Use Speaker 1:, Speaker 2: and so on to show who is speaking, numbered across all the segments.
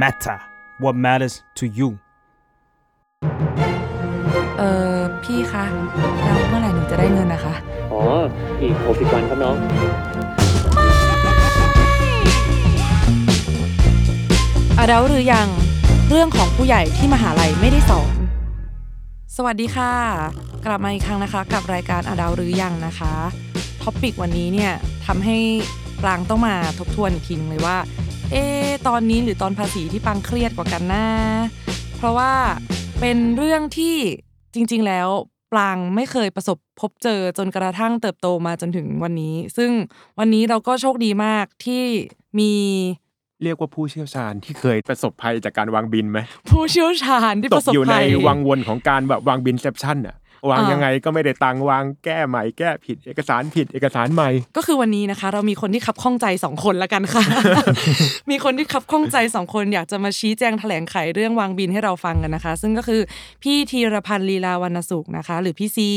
Speaker 1: matter what matters to you
Speaker 2: เออพี่คะ แล้วเมื่อไหร่หนูจะได้เงินนะคะ
Speaker 3: อ๋อ อีก 60 วันครับน้อง
Speaker 2: อาเราหรือยังเรื่องของผู้ใหญ่ที่มหาลัยไม่ได้สอน สวัสดีค่ะ กลับมาอีกครั้งนะคะ กับรายการอาดาวหรือยังนะคะท็อปิกวันนี้เนี่ยทำให้ปรางต้องมาทบทวนอีกทีนึงเลยว่า เอะตอนนี้หรือตอนภาษีที่ปรางเครียดกว่ากันนะเพราะว่าเป็นเรื่องที่จริงๆแล้วปรางไม่เคยประสบพบเจอจนกระทั่งเติบโตมาจนถึงวันนี้ ซึ่งวันนี้เราก็โชคดีมากที่มี
Speaker 4: เรียกว่าผู้เชี่ยวชาญที่เคยประสบภัยจากการวางบินไหม
Speaker 2: ผู้เชี่ยวชาญที่
Speaker 4: ต
Speaker 2: ป
Speaker 4: ก
Speaker 2: ระสบ
Speaker 4: อยู่ใน
Speaker 2: ภัย
Speaker 4: วังวนของการแบบวางบินเซปชั่นอะวาง
Speaker 2: อ่ายั
Speaker 4: ยังไงก็ไม่ได้ตังค์วางแก้ใหม่แก้ผิดเอกสารผิดเอกสารใหม่
Speaker 2: ก็คือวันนี้นะคะ เรามีคนที่ขับข้องใจสองคนละกัน ค่ะ มีคนที่ขับข้องใจสองคนอยากจะมาชี้แจงแถลงไขเรื่องวางบินให้เราฟังกันนะคะ ซึ่งก็คือพี่ธีรพันธ์ลีลาวรรณสุขนะคะ หรือพี่ซี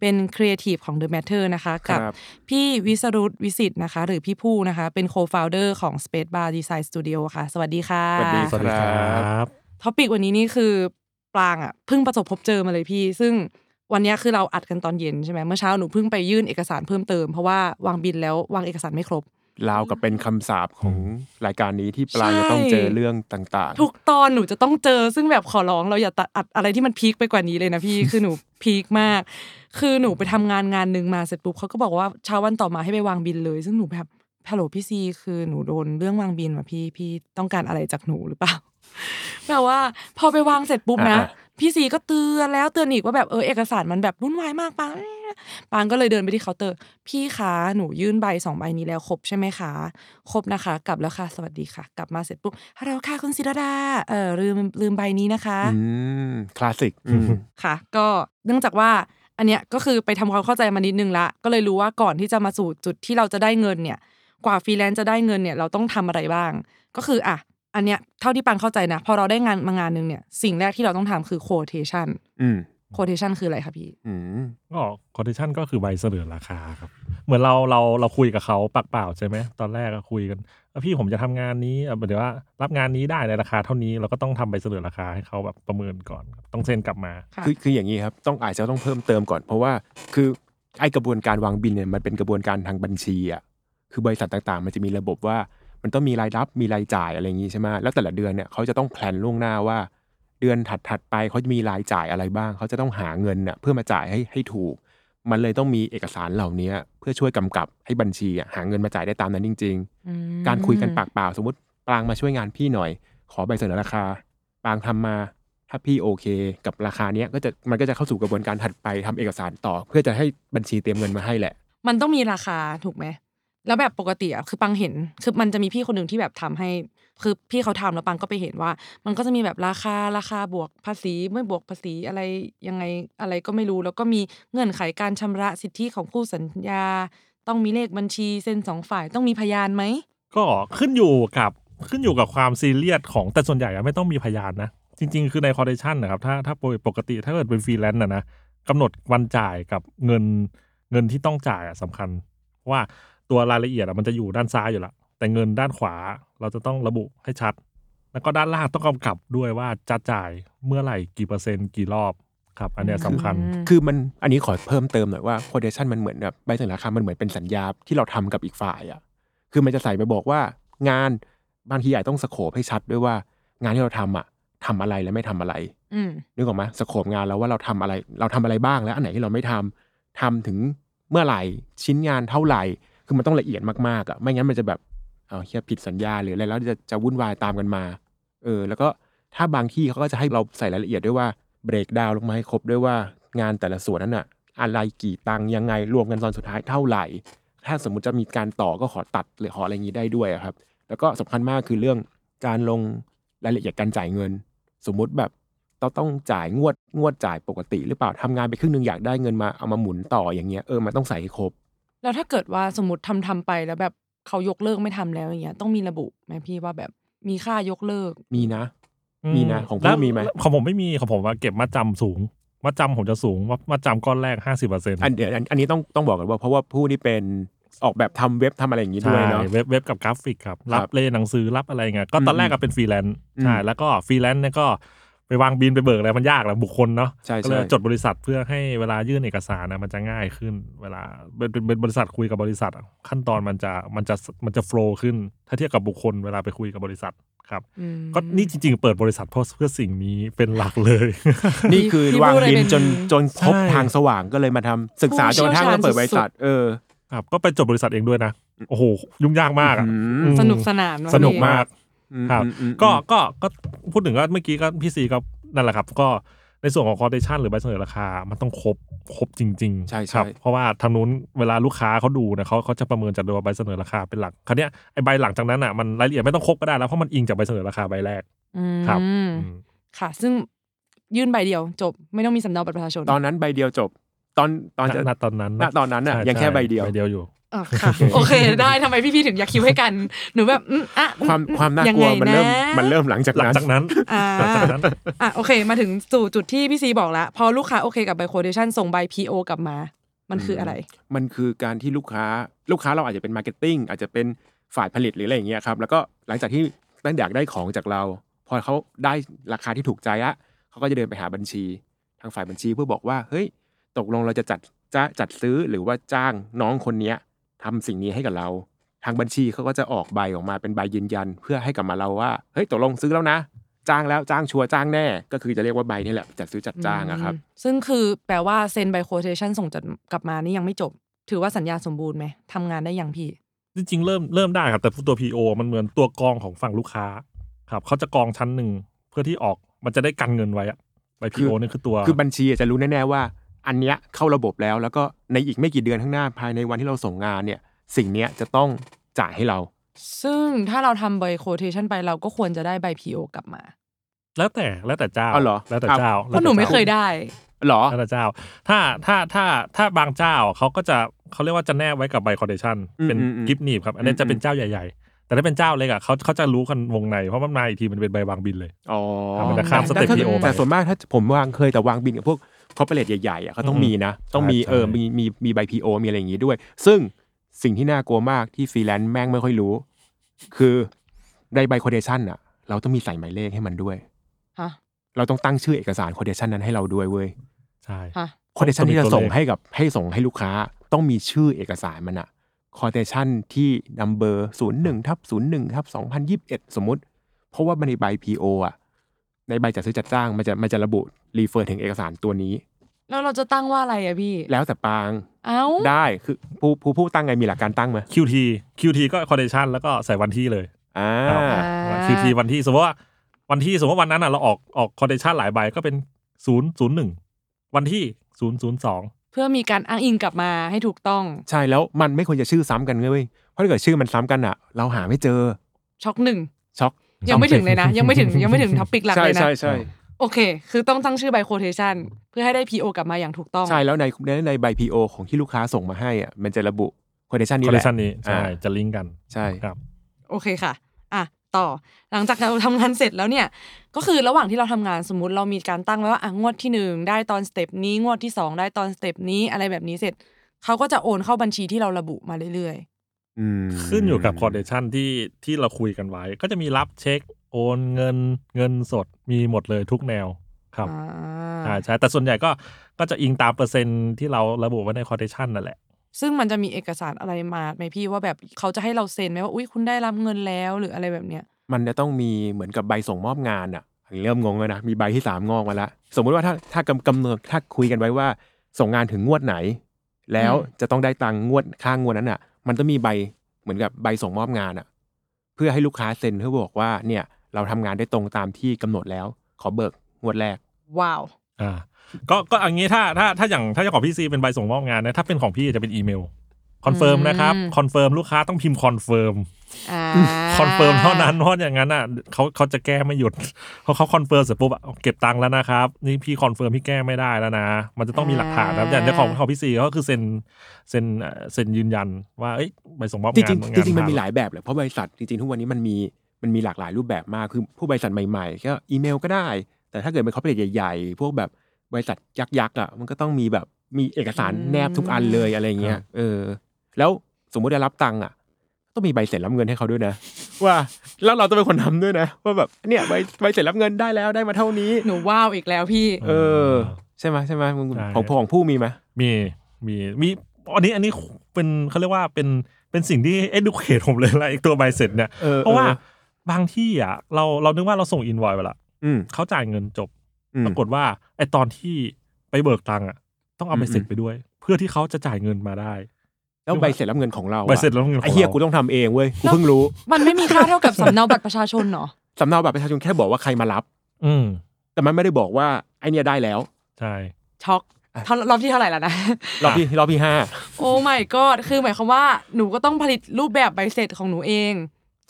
Speaker 2: เป็นครีเอทีฟของ The Matter นะคะ
Speaker 4: ครั
Speaker 2: กับ บ พี่วิสรุตวิสิตนะคะ หรือพี่ผู้นะคะ เป็น co-founder ของ Space Bar Design Studio ค่ะ สวัสดีค่ะ
Speaker 4: สวัสดี
Speaker 1: สวัสดีครับ
Speaker 2: ท็อปิกวันนี้นี่คือปลางอ่ะเพิ่งประสบพบเจอมาเลยพี่ ซึ่งวันเนี้ยคือเราอัดกันตอนเย็นใช่ไหมเมื่อเช้าหนูเพิ่งไปยื่นเอกสารเพิ่มเติมเพราะว่าวางบินแล้ววางเอกสารไม่ครบ
Speaker 4: ราวกับเป็นคำสาปของรายการนี้ที่ปลาจะต้องเจอเรื่องต่างๆ
Speaker 2: ทุกตอนหนูจะต้องเจอซึ่งแบบขอร้องเราอย่าตัดอัดอะไรที่มันพีคไปกว่านี้เลยนะ พี่ คือหนูพีคมาก คือหนูไปทำงานงานหนึ่งมาเสร็จปุ๊บเขาก็บอกว่าเช้าวันต่อมาให้ไปวางบินเลย ซึ่งหนูแบบฮัลโหลพี่ซีคือหนูโดนเรื่องวางบินว่ะพี่พี่ต้องการอะไรจากหนูหรือเปล่า แบบว่า พอไปวางเสร็จปุ๊บนะ
Speaker 4: อ่า
Speaker 2: พี่ซีก็เตือนแล้วเตือนอีกว่าแบบเออเอกสารมันแบบวุ่นวายมากปังปางก็เลยเดินไปที่เคาน์เตอร์ พี่คะหนูยื่นใบสองใบนี้แล้วครบใช่ไหมคะ ครบนะคะ กลับแล้วค่ะ สวัสดีค่ะ กลับมาเสร็จปุ๊บฮัลโหลค่ะคุณศิรดาเออลืมลืมใบนี้นะคะ
Speaker 4: อืมคลาสสิกอืม
Speaker 2: ค่ะก็เนื่องจากว่าอันเนี้ยก็คือไปทำความเข้าใจมานิดนึงละก็เลยรู้ว่าก่อนที่จะมาสู่จุดที่เราจะได้เงินเนี่ย กว่าฟรีแลนซ์จะได้เงินเนี่ยเราต้องทำอะไรบ้าง ก็คืออ่ะอันเนี้ยเท่าที่ปังเข้าใจนะพอเราได้งานมางานหนึ่งเนี่ยสิ่งแรกที่เราต้องทำคือโคเทชัน
Speaker 4: อืม
Speaker 2: โคเทชันคืออะไรคะพี่
Speaker 4: อืม
Speaker 5: ก็คอนดิชันก็คือใบเสนอราคาครับ เหมือนเราเราเราคุยกับเขาปากเปล่าใช่ไหมตอนแรกก็คุยกันเอ้ยพี่ผมจะทำงานนี้เอ่อเดี๋ยวว่ารับงานนี้ได้ในราคาเท่านี้เราก็ต้องทำใบเสนอราคาให้เขาแบบประเมินก่อนครับต้องเซ็นกลับมา
Speaker 2: ค่ะ
Speaker 4: คือคืออย่างนี้ครับต้องอาจจะต้องเพิ่มเติมก่อน เพราะว่าคือไอกระบวนการวางบินเนี่ยมันเป็นกระบวนการทางบัญชีอ่ะคือบริษัทต่างๆ มันจะมีระบบว่า มันต้องมีรายรับมีรายจ่ายอะไรอย่างนี้ใช่ไหมแล้วแต่ละเดือนเนี่ยเขาจะต้องแพลนล่วงหน้าว่า เดือนถัดๆไปเขาจะมีรายจ่ายอะไรบ้าง เขาจะต้องหาเงินน่ะเพื่อมาจ่ายให้ให้ถูก มันเลยต้องมีเอกสารเหล่านี้เพื่อช่วยกำกับให้บัญชีอะหาเงินมาจ่ายได้ตามนั้นจริง ๆ
Speaker 2: อืม
Speaker 4: การคุยกันปากเปล่าสมมติปรางมาช่วยงานพี่หน่อย ขอใบเสนอราคาปรางทำมา ถ้าพี่โอเค กับราคาเนี้ยก็จะมันก็จะเข้าสู่กระบวนการถัดไปทำเอกสารต่อ เพื่อจะให้บัญชีเตรียมเงินมาให้แหละ
Speaker 2: มันต้องมีราคาถูกไหม แล้วแบบปกติอ่ะคือปังเห็น คือมันจะมีพี่คนหนึ่งที่แบบทำให้ คือพี่เขาทำแล้วปังก็ไปเห็นว่า มันก็จะมีแบบราคาราคาบวกภาษีไม่บวกภาษีอะไรยังไงอะไรก็ไม่รู้ แล้วก็มีเงื่อนไขการชำระสิทธิของคู่สัญญา ต้องมีเลขบัญชีเซ็นสองฝ่ายต้องมีพยานไหม
Speaker 5: ก็ขึ้นอยู่กับขึ้นอยู่กับความซีเรียสของแต่ส่วนใหญ่อะไม่ต้องมีพยานนะ จริง ๆ คือในคอร์เดชันนะครับถ้าถ้าปกติถ้าเกิดเป็นฟรีแลนซ์นะนะกำหนดวันจ่ายกับเงินเงินที่ต้องจ่ายอะสำคัญเพราะว่าตัวรายละเอียดอะมันจะอยู่ด้านซ้ายอยู่ละแต่เงินด้านขวาเราจะต้องระบุให้ชัด แล้วก็ด้านล่างต้องกำกับด้วยว่าจะจ่ายเมื่อไหร่กี่เปอร์เซ็นต์กี่รอบครับอันเนี้ยสำคัญ
Speaker 4: คือมันอันนี้ขอเพิ่มเติมหน่อยว่า quotation มันเหมือนแบบใบเสนอราคามันเหมือนเป็นสัญญาที่เราทำกับอีกฝ่ายอ่ะคือมันจะใส่ไปบอกว่างานบางทีใหญ่ต้องสโคปให้ชัดด้วยว่า งานที่เราทำอ่ะทำอะไรและไม่ทำอะไร
Speaker 2: อืม
Speaker 4: นึกออกไหมสโคปงานแล้วว่าเราทำอะไร เราทำอะไรบ้างแล้วอันไหนที่เราไม่ทำทำถึงเมื่อไหร่ชิ้นงานเท่าไหร่ คือมันต้องละเอียดมากๆอ่ะไม่งั้นมันจะแบบเอาเฮียผิดสัญญาหรืออะไรแล้วจะจะวุ่นวายตามกันมาเออแล้วก็ถ้าบางที่เขาก็จะให้เราใส่รายละเอียดด้วยว่าเบรกดาวลงมาให้ครบด้วยว่างานแต่ละส่วนนั้นอ่ะอะไรกี่ตังค์ยังไงรวมกันตอนสุดท้ายเท่าไหร่ ถ้าสมมุติจะมีการต่อก็ขอตัดหรือขออะไรอย่างนี้ได้ด้วยอะครับ แล้วก็สำคัญมากคือเรื่องการลงรายละเอียดการจ่ายเงิน สมมุติแบบเราต้องจ่ายงวดงวดจ่ายปกติ หรือเปล่าทำงานไปครึ่งหนึ่งอยากได้เงินมาเอามาหมุนต่ออย่างเงี้ยเออมันต้องใส่ให้ครบ
Speaker 2: แล้วถ้าเกิดว่าสมมติทำทำไปแล้วแบบเขายกเลิกไม่ทำแล้วอย่างเงี้ยต้องมีระบุไหมพี่ว่าแบบมีค่ายกเลิก
Speaker 4: มีนะ
Speaker 5: อื
Speaker 4: มีนะของพี่
Speaker 5: แล้ว
Speaker 4: มีไหม
Speaker 5: ของผมไม่มีของผมว่าเก็บมัดจำสูงมัดจำผมจะสูงมัดมัดจำก้อนแรกห้าสิบเปอร์เซ็นต์
Speaker 4: อันเดี๋ยวอันอันนี้ต้องต้องบอกกันว่าเพราะว่าผู้ที่เป็น ออกแบบทำเว็บทำอะไรอย่างนี้ด้ว
Speaker 5: ใช่
Speaker 4: ยเนาะ
Speaker 5: เว็บเว็บกับกราฟิกครับ
Speaker 4: ครั
Speaker 5: รั
Speaker 4: บบ
Speaker 5: เลหนังสือรับอะไรเงี้ยก็ตอนแรกก็เป็นฟรีแลนซ์
Speaker 4: อืม
Speaker 5: ใช่แล้วก็ฟรีแลนซ์เนี่ยก็ไปวางบินไปเบิกอะไรมันยากแหละบุคคลเนาะ
Speaker 4: ใช่ใช่
Speaker 5: ก็เลยจดบริษัทเพื่อให้เวลายื่นเอกสารนะมันจะง่ายขึ้น เวลาเป็นเป็นเป็นบริษัทคุยกับบริษัทอะขั้นตอนมันจะมันจะมันจะโฟล์ขึ้น ถ้าเทียบกับบุคคลเวลาไปคุยกับบริษัทครับ
Speaker 2: อืม
Speaker 5: ก็นี่จริง ๆ เปิดบริษัทเพราะเพื่อสิ่งนี้เป็นหลักเลย
Speaker 4: นี่คือ
Speaker 2: พี่
Speaker 4: วาง
Speaker 2: พูดอะไร
Speaker 4: ดิน
Speaker 2: เป็น
Speaker 4: จนจนพบ
Speaker 5: ใช่
Speaker 4: ทางสว่างก็เลยมาทำศึกษาจนกระทั่งมาเปิดบริษัท เออ
Speaker 5: ครับก็ไปจดบริษัทเองด้วยนะโอ้โหยุ่งยากมากอะ
Speaker 4: อืม
Speaker 5: อืม
Speaker 2: สนุกสนานว่ะ
Speaker 5: สนุก
Speaker 2: พี่
Speaker 5: มาก
Speaker 4: อืม
Speaker 5: ครับ
Speaker 4: อืมอืม
Speaker 5: ก็ก็ก็พูดถึงก็เมื่อกี้ก็พี่ซีก็นั่นแหละครับ ก็ในส่วนของคอเดชันหรือใบเสนอราคา มันต้องครบครบจริงๆ
Speaker 4: ใช่ใช่
Speaker 5: ครับเพราะว่าทางนู้นเวลาลูกค้าเขาดูเนะเขาเขาจะประเมินจากตัวใบเสนอราคาเป็นหลักคราวเนี้ยไอใบหลังจากนั้นอ่ะมันรายละเอียดไม่ต้องครบก็ได้แล้วเพราะมันอิงจากใบเสนอราคาใบแรก
Speaker 2: อืม
Speaker 5: ครับ อืม
Speaker 2: ค่ะ ซึ่งยื่นใบเดียวจบไม่ต้องมีสำเนาบัตรประชาชน
Speaker 4: ตอนนั้นใบเดียวจบ ตอนตอนจะ
Speaker 5: ณณตอนนั้น
Speaker 4: ณตอนนั้นน่ะ
Speaker 5: ช่
Speaker 4: ยังแค่
Speaker 5: ช่
Speaker 4: ใบเดียว
Speaker 5: ใบเดียวอยู่
Speaker 2: เออ ค่ะ โอเคได้ทำไมพี่พี่ๆถึงอยากคิวให้กัน หนูแบบอืมอ่ะอื
Speaker 4: ความ
Speaker 2: อื
Speaker 4: ความน่า
Speaker 2: ยัง
Speaker 4: กลัว
Speaker 2: ไงะ
Speaker 4: มันเริ่มมันเริ่มหลังจาก
Speaker 5: หลัง
Speaker 4: นั้น
Speaker 5: จากนั้น
Speaker 2: อ่า
Speaker 5: หลังจากนั้น
Speaker 2: อ่ะโอเค มาถึงสู่จุดที่พี่ซีบอกแล้ว พอลูกค้าโอเคกับใบโคเดชันส่งใบ PO กลับมา มันคืออะไร
Speaker 4: มันคือการที่ลูกค้าลูกค้าเราอาจจะเป็นมาร์เก็ตติ้งอาจจะเป็นฝ่ายผลิตหรืออะไรอย่างเงี้ยครับ แล้วก็หลังจากที่ตั้งอยากได้ของจากเรา พอเขาได้ราคาที่ถูกใจอะเขาก็จะเดินไปหาบัญชี ทางฝ่ายบัญชีเพื่อบอกว่าเฮ้ยตกลงเราจะจัดจะจัดซื้อหรือว่าจ้างน้องคนเนี้ยทำสิ่งนี้ให้กับเรา ทางบัญชีเขาก็จะออกใบออกมาเป็นใบยืนยัน เพื่อให้กลับมาเราว่าเฮ้ยตกลงซื้อแล้วนะ จ้างแล้วจ้างชัวร์จ้างแน่ ก็คือจะเรียกว่าใบนี่แหละจัดซื้อจัดจ้างอะครับ
Speaker 2: อืมซึ่งคือแปลว่าเซ็นใบโคเดชันส่งจดกลับมานี่ยังไม่จบ ถือว่าสัญญาสมบูรณ์ไหมทำงานได้ยังพี่
Speaker 5: จริงๆเริ่มเริ่มได้ครับ แต่ตัว PO มันเหมือนตัวกรองของฝั่งลูกค้าครับเขาจะกรองชั้นหนึ่งเพื่อที่ออกมันจะได้กันเงินไว้อะใบ
Speaker 4: คือ
Speaker 5: PO นี่คือตัว
Speaker 4: คือบัญชีอาจจะรู้แน่ๆว่า อันเนี้ยเข้าระบบแล้ว แล้วก็ในอีกไม่กี่เดือนข้างหน้าภายในวันที่เราส่งงานเนี่ย สิ่งเนี้ยจะต้องจ่ายให้เรา
Speaker 2: ซึ่งถ้าเราทำใบโคเดชันไปเราก็ควรจะได้ใบ PO กลับมา
Speaker 5: แล้วแต่แล้วแต่เจ้า
Speaker 4: เอาเหรอ
Speaker 5: แล้วแต่
Speaker 4: อ้าว
Speaker 5: เจ้า
Speaker 2: เพราะหนูไม่เคยได้
Speaker 4: เหรอ
Speaker 5: แล้วแต่เจ้า ถ้าถ้าถ้าถ้าบางเจ้าเขาก็จะเขาเรียกว่าจะแนบไว้กับใบคอเดชัน
Speaker 4: อืม
Speaker 5: เป็น
Speaker 4: อืมอืม
Speaker 5: กิฟต์หนีบครับ อันนี้
Speaker 4: อืม
Speaker 5: จะเป็
Speaker 4: อื
Speaker 5: น
Speaker 4: ม
Speaker 5: เจ้าใหญ่ ๆ แต่ถ้าเป็นเจ้าเล็กอะเขาเขาจะรู้กันวงในเพราะมันมาอีกทีมันเป็นใบวางบินเลย
Speaker 4: อ๋อ
Speaker 5: มันจะข้ามสเต็ป
Speaker 4: แต่ถ้
Speaker 5: PO ไป
Speaker 4: แต่ส่วนมากถ้าผมวางเคยแต่วางบินกับพวกคอร์ปอเรทใหญ่ๆอ่ะเขาต้อง
Speaker 5: อืม
Speaker 4: มีนะ ต้องมี
Speaker 5: ใช่
Speaker 4: เออ
Speaker 5: ใช่
Speaker 4: มีมีมีใบพีโอมีอะไรอย่างงี้ด้วย ซึ่งสิ่งที่น่ากลัวมากที่ฟรีแลนซ์แม่งไม่ค่อยรู้ คือในใบคอเดชันอ่ะ เราต้องมีใส่หมายเลขให้มันด้วย
Speaker 2: ฮะ
Speaker 4: เราต้องตั้งชื่อเอกสารคอเดชันนั้นให้เราด้วยเว้ย
Speaker 5: ใช่
Speaker 2: ฮะ
Speaker 4: คอเดชันที่จะ
Speaker 5: ต้องมีตั
Speaker 4: ส่ง
Speaker 5: วเลข
Speaker 4: ให้กับให้ส่งให้ลูกค้าต้องมีชื่อเอกสารมันอะคอเดชันที่นัมเบอร์ศูนย์หนึ่งทับศูนย์หนึ่งทับสองพันยิบเอ็ดสมมติ เพราะว่าในใบ PO อะในใบจัดซื้อจัดจ้างมันจะมันจะระบุรีเฟอร์ถึงเอกสารตัวนี้
Speaker 2: แล้วเราจะตั้งว่าอะไรอะพี่
Speaker 4: แล้วแต่ปาง
Speaker 2: เอ้า
Speaker 4: ได้คือผู้ผู้ผู้ตั้งไงมีหลักการตั้งไหม
Speaker 5: QT QT ก็คอเดชันแล้วก็ใส่วันที่เลย
Speaker 4: อ่า
Speaker 2: อ่า
Speaker 5: คิวทีวันที่สมมติว่าวันที่สมมติว่าวันนั้นอ่ะเราออกออกคอนเดชันหลายใบก็เป็นศูนย์ศูนย์หนึ่งวันที่ศูนย์ศูนย์สอง
Speaker 2: เพื่อมีการอ้างอิงกลับมาให้ถูกต้อง
Speaker 4: ใช่แล้วมันไม่ควรจะชื่อซ้ำกันเว้ยเพราะถ้าเกิดชื่อมันซ้ำกันอะเราหาไม่เจอ
Speaker 2: ช็อกหนึ่ง
Speaker 4: ช็อก
Speaker 2: ยังไม่ถึงเลยนะ ยังไม่ถึงยังไม่ถึงท็อปิกหลัก
Speaker 4: ใช่
Speaker 2: เลยนะ
Speaker 4: ใช่ใช่
Speaker 2: โอเค คือต้องตั้งชื่อใบโคเทชันเพื่อให้ได้ PO กลับมาอย่างถูกต้อง
Speaker 4: ใช่แล้วในในในใบ PO ของที่ลูกค้าส่งมาให้อ่ะมันจะระบุคอ d เดชัน
Speaker 5: ค
Speaker 4: นี้
Speaker 5: อน
Speaker 4: แห
Speaker 5: เด
Speaker 4: ละ
Speaker 5: ชันนี้ใช่
Speaker 4: อ่า
Speaker 5: จะลิงก์กัน
Speaker 4: ใช่
Speaker 5: ครับ
Speaker 2: โอเคค่ะ อ่ะ ต่อ หลังจากเราทำงานเสร็จแล้วเนี่ย ก็คือระหว่างที่เราทำงานสมมติเรามีการตั้งไว้ว่า อ่ะ งวดที่หนึ่งได้ตอนสเต็ปนี้ งวดที่สองได้ตอนสเต็ปนี้ อะไรแบบนี้เสร็จ เขาก็จะโอนเข้าบัญชีที่เราระบุมาเรื่อย
Speaker 4: อืม
Speaker 5: ขึ้นอยู่กับคอนเดชันที่ที่เราคุยกันไว้ ก็จะมีรับเช็คโอนเงินเงินสดมีหมดเลยทุกแนว
Speaker 2: ๆ
Speaker 5: ครับ
Speaker 2: อ่า
Speaker 5: ใช่ใช่แต่ส่วนใหญ่ก็ก็จะอิงตามเปอร์เซ็นต์ที่เราระบุไว้ในคอนเดชันนั่นแหละ
Speaker 2: ซึ่งมันจะมีเอกสารอะไรมาไหมพี่ว่าแบบเขาจะให้เราเซ็นไหมว่า อุ้ยคุณได้รับเงินแล้วหรืออะไรแบบเนี้ย
Speaker 4: มันจะต้องมีเหมือนกับใบส่งมอบงานอ่ะอันนี้เริ่มงงแล้วนะมีใบที่สามงอกมาละสมมุติว่าถ้าถ้ากำกำเนิดถ้าคุยกันไว้ว่า ส่งงานถึงงวดไหน แล้ว
Speaker 2: อืม
Speaker 4: จะต้องได้ตังค์งวดค่างวดนั้นอ่ะ มันต้องมีใบเหมือนกับใบส่งมอบงานอ่ะ เพื่อให้ลูกค้าเซ็นเพื่อบอกว่าเนี่ยเราทำงานได้ตรงตามที่กำหนดแล้ว ขอเบิกงวดแรก
Speaker 2: ว้าว
Speaker 5: อ่าก็ก็เอันนี้ถ้าถ้าถ้าอย่างถ้าของพี่ซีเป็นใบส่งมอบงานนะถ้าเป็นของพี่จะเป็นอีเมลคอนเฟิร์ม
Speaker 2: อืม
Speaker 5: นะครับคอนเฟิร์มลูกค้าต้องพิมพ์คอนเฟิร์ม
Speaker 2: อ่า
Speaker 5: คอนเฟิร์มเท่านั้นเพราะอย่างนั้นอ่ะเขาเขาจะแก้ไม่หยุด เพราะเขาคอนเฟิร์มเสร็จปุ๊บอ่ะเก็บตังค์แล้วนะครับ นี่พี่คอนเฟิร์มพี่แก้ไม่ได้แล้วนะ มันจะต้องมีหลักฐานนะครับอย่างที่ของของพี่ซีก็คือเซ็นเซ็นเอ่อเซ็นยืนยันว่าเอ้ยใบส่งมอบ
Speaker 4: จ
Speaker 5: งาน
Speaker 4: ริงๆจริงๆมันมีห
Speaker 5: ผ่า
Speaker 4: ลายแบบเลยเพราะบริษัทจริงๆทุกวันนี้มันมีมันมีหลากหลายรูปแบบมากคือผู้บริษัทใหม่ๆก็อีเมลก็ได้ แต่ถ้าเกิดเป็นคอร์ปอเรทใหญ่ๆ พวกแบบบริษัทยักษ์ๆอ่ะมันก็ต้องมีแบบมีเอกสารแนบทุกอันเลยอะไรเงี้ยเออ แล้ว สมมติได้รับตังค์อ่ะต้องมีใบเสร็จรับเงินให้เขาด้วยนะ ว่าแล้วเราต้องเป็นคนทำด้วยนะ ว่าแบบเนี่ยใบใบเสร็จรับเงินได้แล้วได้มาเท่านี้
Speaker 2: หนูว้าวอีกแล้วพี่
Speaker 4: เออ ใช่ไหมใช่ไหมมึง
Speaker 5: ใช่
Speaker 4: ของของผู้มีไหม
Speaker 5: มีมีมีอันนี้อันนี้เป็นเขาเรียกว่าเป็นเป็นสิ่งที่ educate ผมเลยละไอตัวใบเสร็จเนี่ย
Speaker 4: ออ
Speaker 5: เพราะว่าบางที่อ่ะเราเรานึกว่าเราส่งอินวอยไปละ
Speaker 4: อืม
Speaker 5: เขาจ่ายเงินจบ
Speaker 4: อืม
Speaker 5: ปรากฏว่าไอตอนที่ไปเบิกตังค์อ่ะ ต้องเอาใบเสร็จ
Speaker 4: อืม
Speaker 5: ไปด้วย เพื่อที่เขาจะจ่ายเงินมาได้
Speaker 4: แล้วใบเสร็จรับเงินของเราอะ
Speaker 5: ใบเสร็จแล้วเงินของ
Speaker 4: ไอ้เฮีย
Speaker 5: รา
Speaker 4: กูต้องทำเองเว้ยกูเพิ่งรู้
Speaker 2: มันไม่มีค่าเท่ากับสำเนาบัตรประชาชนเหรอ
Speaker 4: สำเนาบัตรประชาชนแค่บอกว่าใครมารับ
Speaker 5: อืม
Speaker 4: แต่มันไม่ได้บอกว่าไอเนี่ยได้แล้ว
Speaker 5: ใช่
Speaker 2: ช็อกเท่ารอบที่เท่าไหร่แล้วนะ
Speaker 4: รอบที่รอบที่ห้า
Speaker 2: โอ้ my god คือหมายความว่าหนูก็ต้องผลิตรูปแบบใบเสร็จของหนูเอง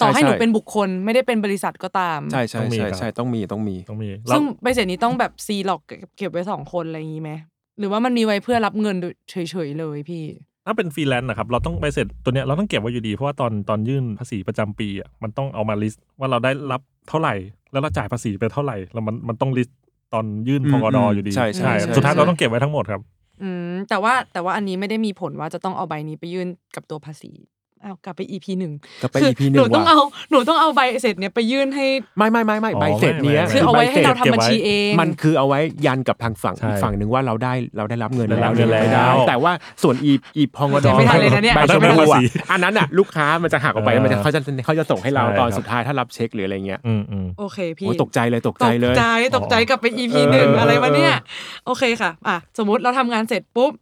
Speaker 2: ต่อให้
Speaker 4: ใช่ใช่
Speaker 2: หนูเป็นบุคคลไม่ได้เป็นบริษัทก็ตาม
Speaker 4: ใช่ใช่ใช่ใช่ต้องมีต้องมี
Speaker 5: ต้องมี
Speaker 2: ซึ่งใบเสร็จนี้ต้องแบบซีหลอกเก็บไว้สองคนอะไรอย่างนี้ไหม หรือว่ามันมีไว้เพื่อรับเงินเฉยๆเลยพี่
Speaker 5: ถ้าเป็นฟรีแลนซ์นะครับ เราต้องใบเสร็จตัวเนี้ยเราต้องเก็บไว้อยู่ดี เพราะว่าตอนตอนยื่นภาษีประจำปีอ่ะมันต้องเอามาลิสต์ว่าเราได้รับเท่าไหร่ แล้วเราจ่ายภาษีไปเท่าไหร่ แล้วมันมันต้องลิสต์ตอนยื่น
Speaker 4: อื
Speaker 5: พ
Speaker 4: ม
Speaker 5: กด
Speaker 4: อืม
Speaker 5: อยู่ดี
Speaker 4: ใช่ใช่
Speaker 2: ใช่
Speaker 5: สุดท้ายเราต้องเก็บไว้ทั้งหมดครับ
Speaker 2: อืมแต่ว่าแต่ว่าอันนี้ไม่ได้มีผลว่าจะต้องเอาใบนี้ไปยื่นกับตัวภาษีอ้าวกลับไป EP หนึ่ง
Speaker 4: กลับไป
Speaker 2: คือ
Speaker 4: EP หนึ่ง
Speaker 2: หนูต้อง
Speaker 4: ว่ะ
Speaker 2: เอาหนูต้องเอาใบเสร็จเนี่ยไปยื่นให้
Speaker 4: ไม่ไม่ไม่ไม่
Speaker 5: อ๋อ
Speaker 4: ใบเสร็จเนี้ย
Speaker 5: ไม่ไม่
Speaker 2: คือเอาไว้ให้เรา
Speaker 4: ใบสจ
Speaker 2: ทำบัญชีเอง
Speaker 4: มันคือเอาไว้ยันกับทางฝั่ง
Speaker 5: ใช่
Speaker 4: อีกฝั่งหนึ่งว่าเราได้เราได้รับเงิน
Speaker 5: ได้รั
Speaker 4: แล้ว
Speaker 5: บเงิน
Speaker 4: หรือไม่
Speaker 5: แล้
Speaker 4: ได้
Speaker 5: ว
Speaker 4: แต่ว่าส่วนอีอีพองกระดอง
Speaker 2: ไม่ทันเลยนะเนี่ย
Speaker 4: ใบ
Speaker 5: ต้
Speaker 4: ช
Speaker 5: อง
Speaker 4: ม
Speaker 5: ไป
Speaker 4: พู
Speaker 5: ภาษี
Speaker 4: อ่ะอันนั้นอ่ะลูกค้ามันจะหักออกไป
Speaker 5: เออ
Speaker 4: มันจะเขาจะเขาจะส่งให้เรา
Speaker 5: ใช่
Speaker 4: ตอน
Speaker 5: ครับ
Speaker 4: สุดท้ายถ้ารับเช็คหรืออะไรเงี้ย
Speaker 5: อืมอืม
Speaker 2: โอเคพี่
Speaker 4: โอ้ยตกใจเลยตกใจเลย
Speaker 2: ตกใจตกใจกลับไป EP
Speaker 4: เออ
Speaker 2: หนึ่ง
Speaker 4: เออ
Speaker 2: อะไรวะเนี่ย
Speaker 4: เอ
Speaker 2: โอเคค่ะอ่ะสมมติเราทำงานเสร็จปุ๊บ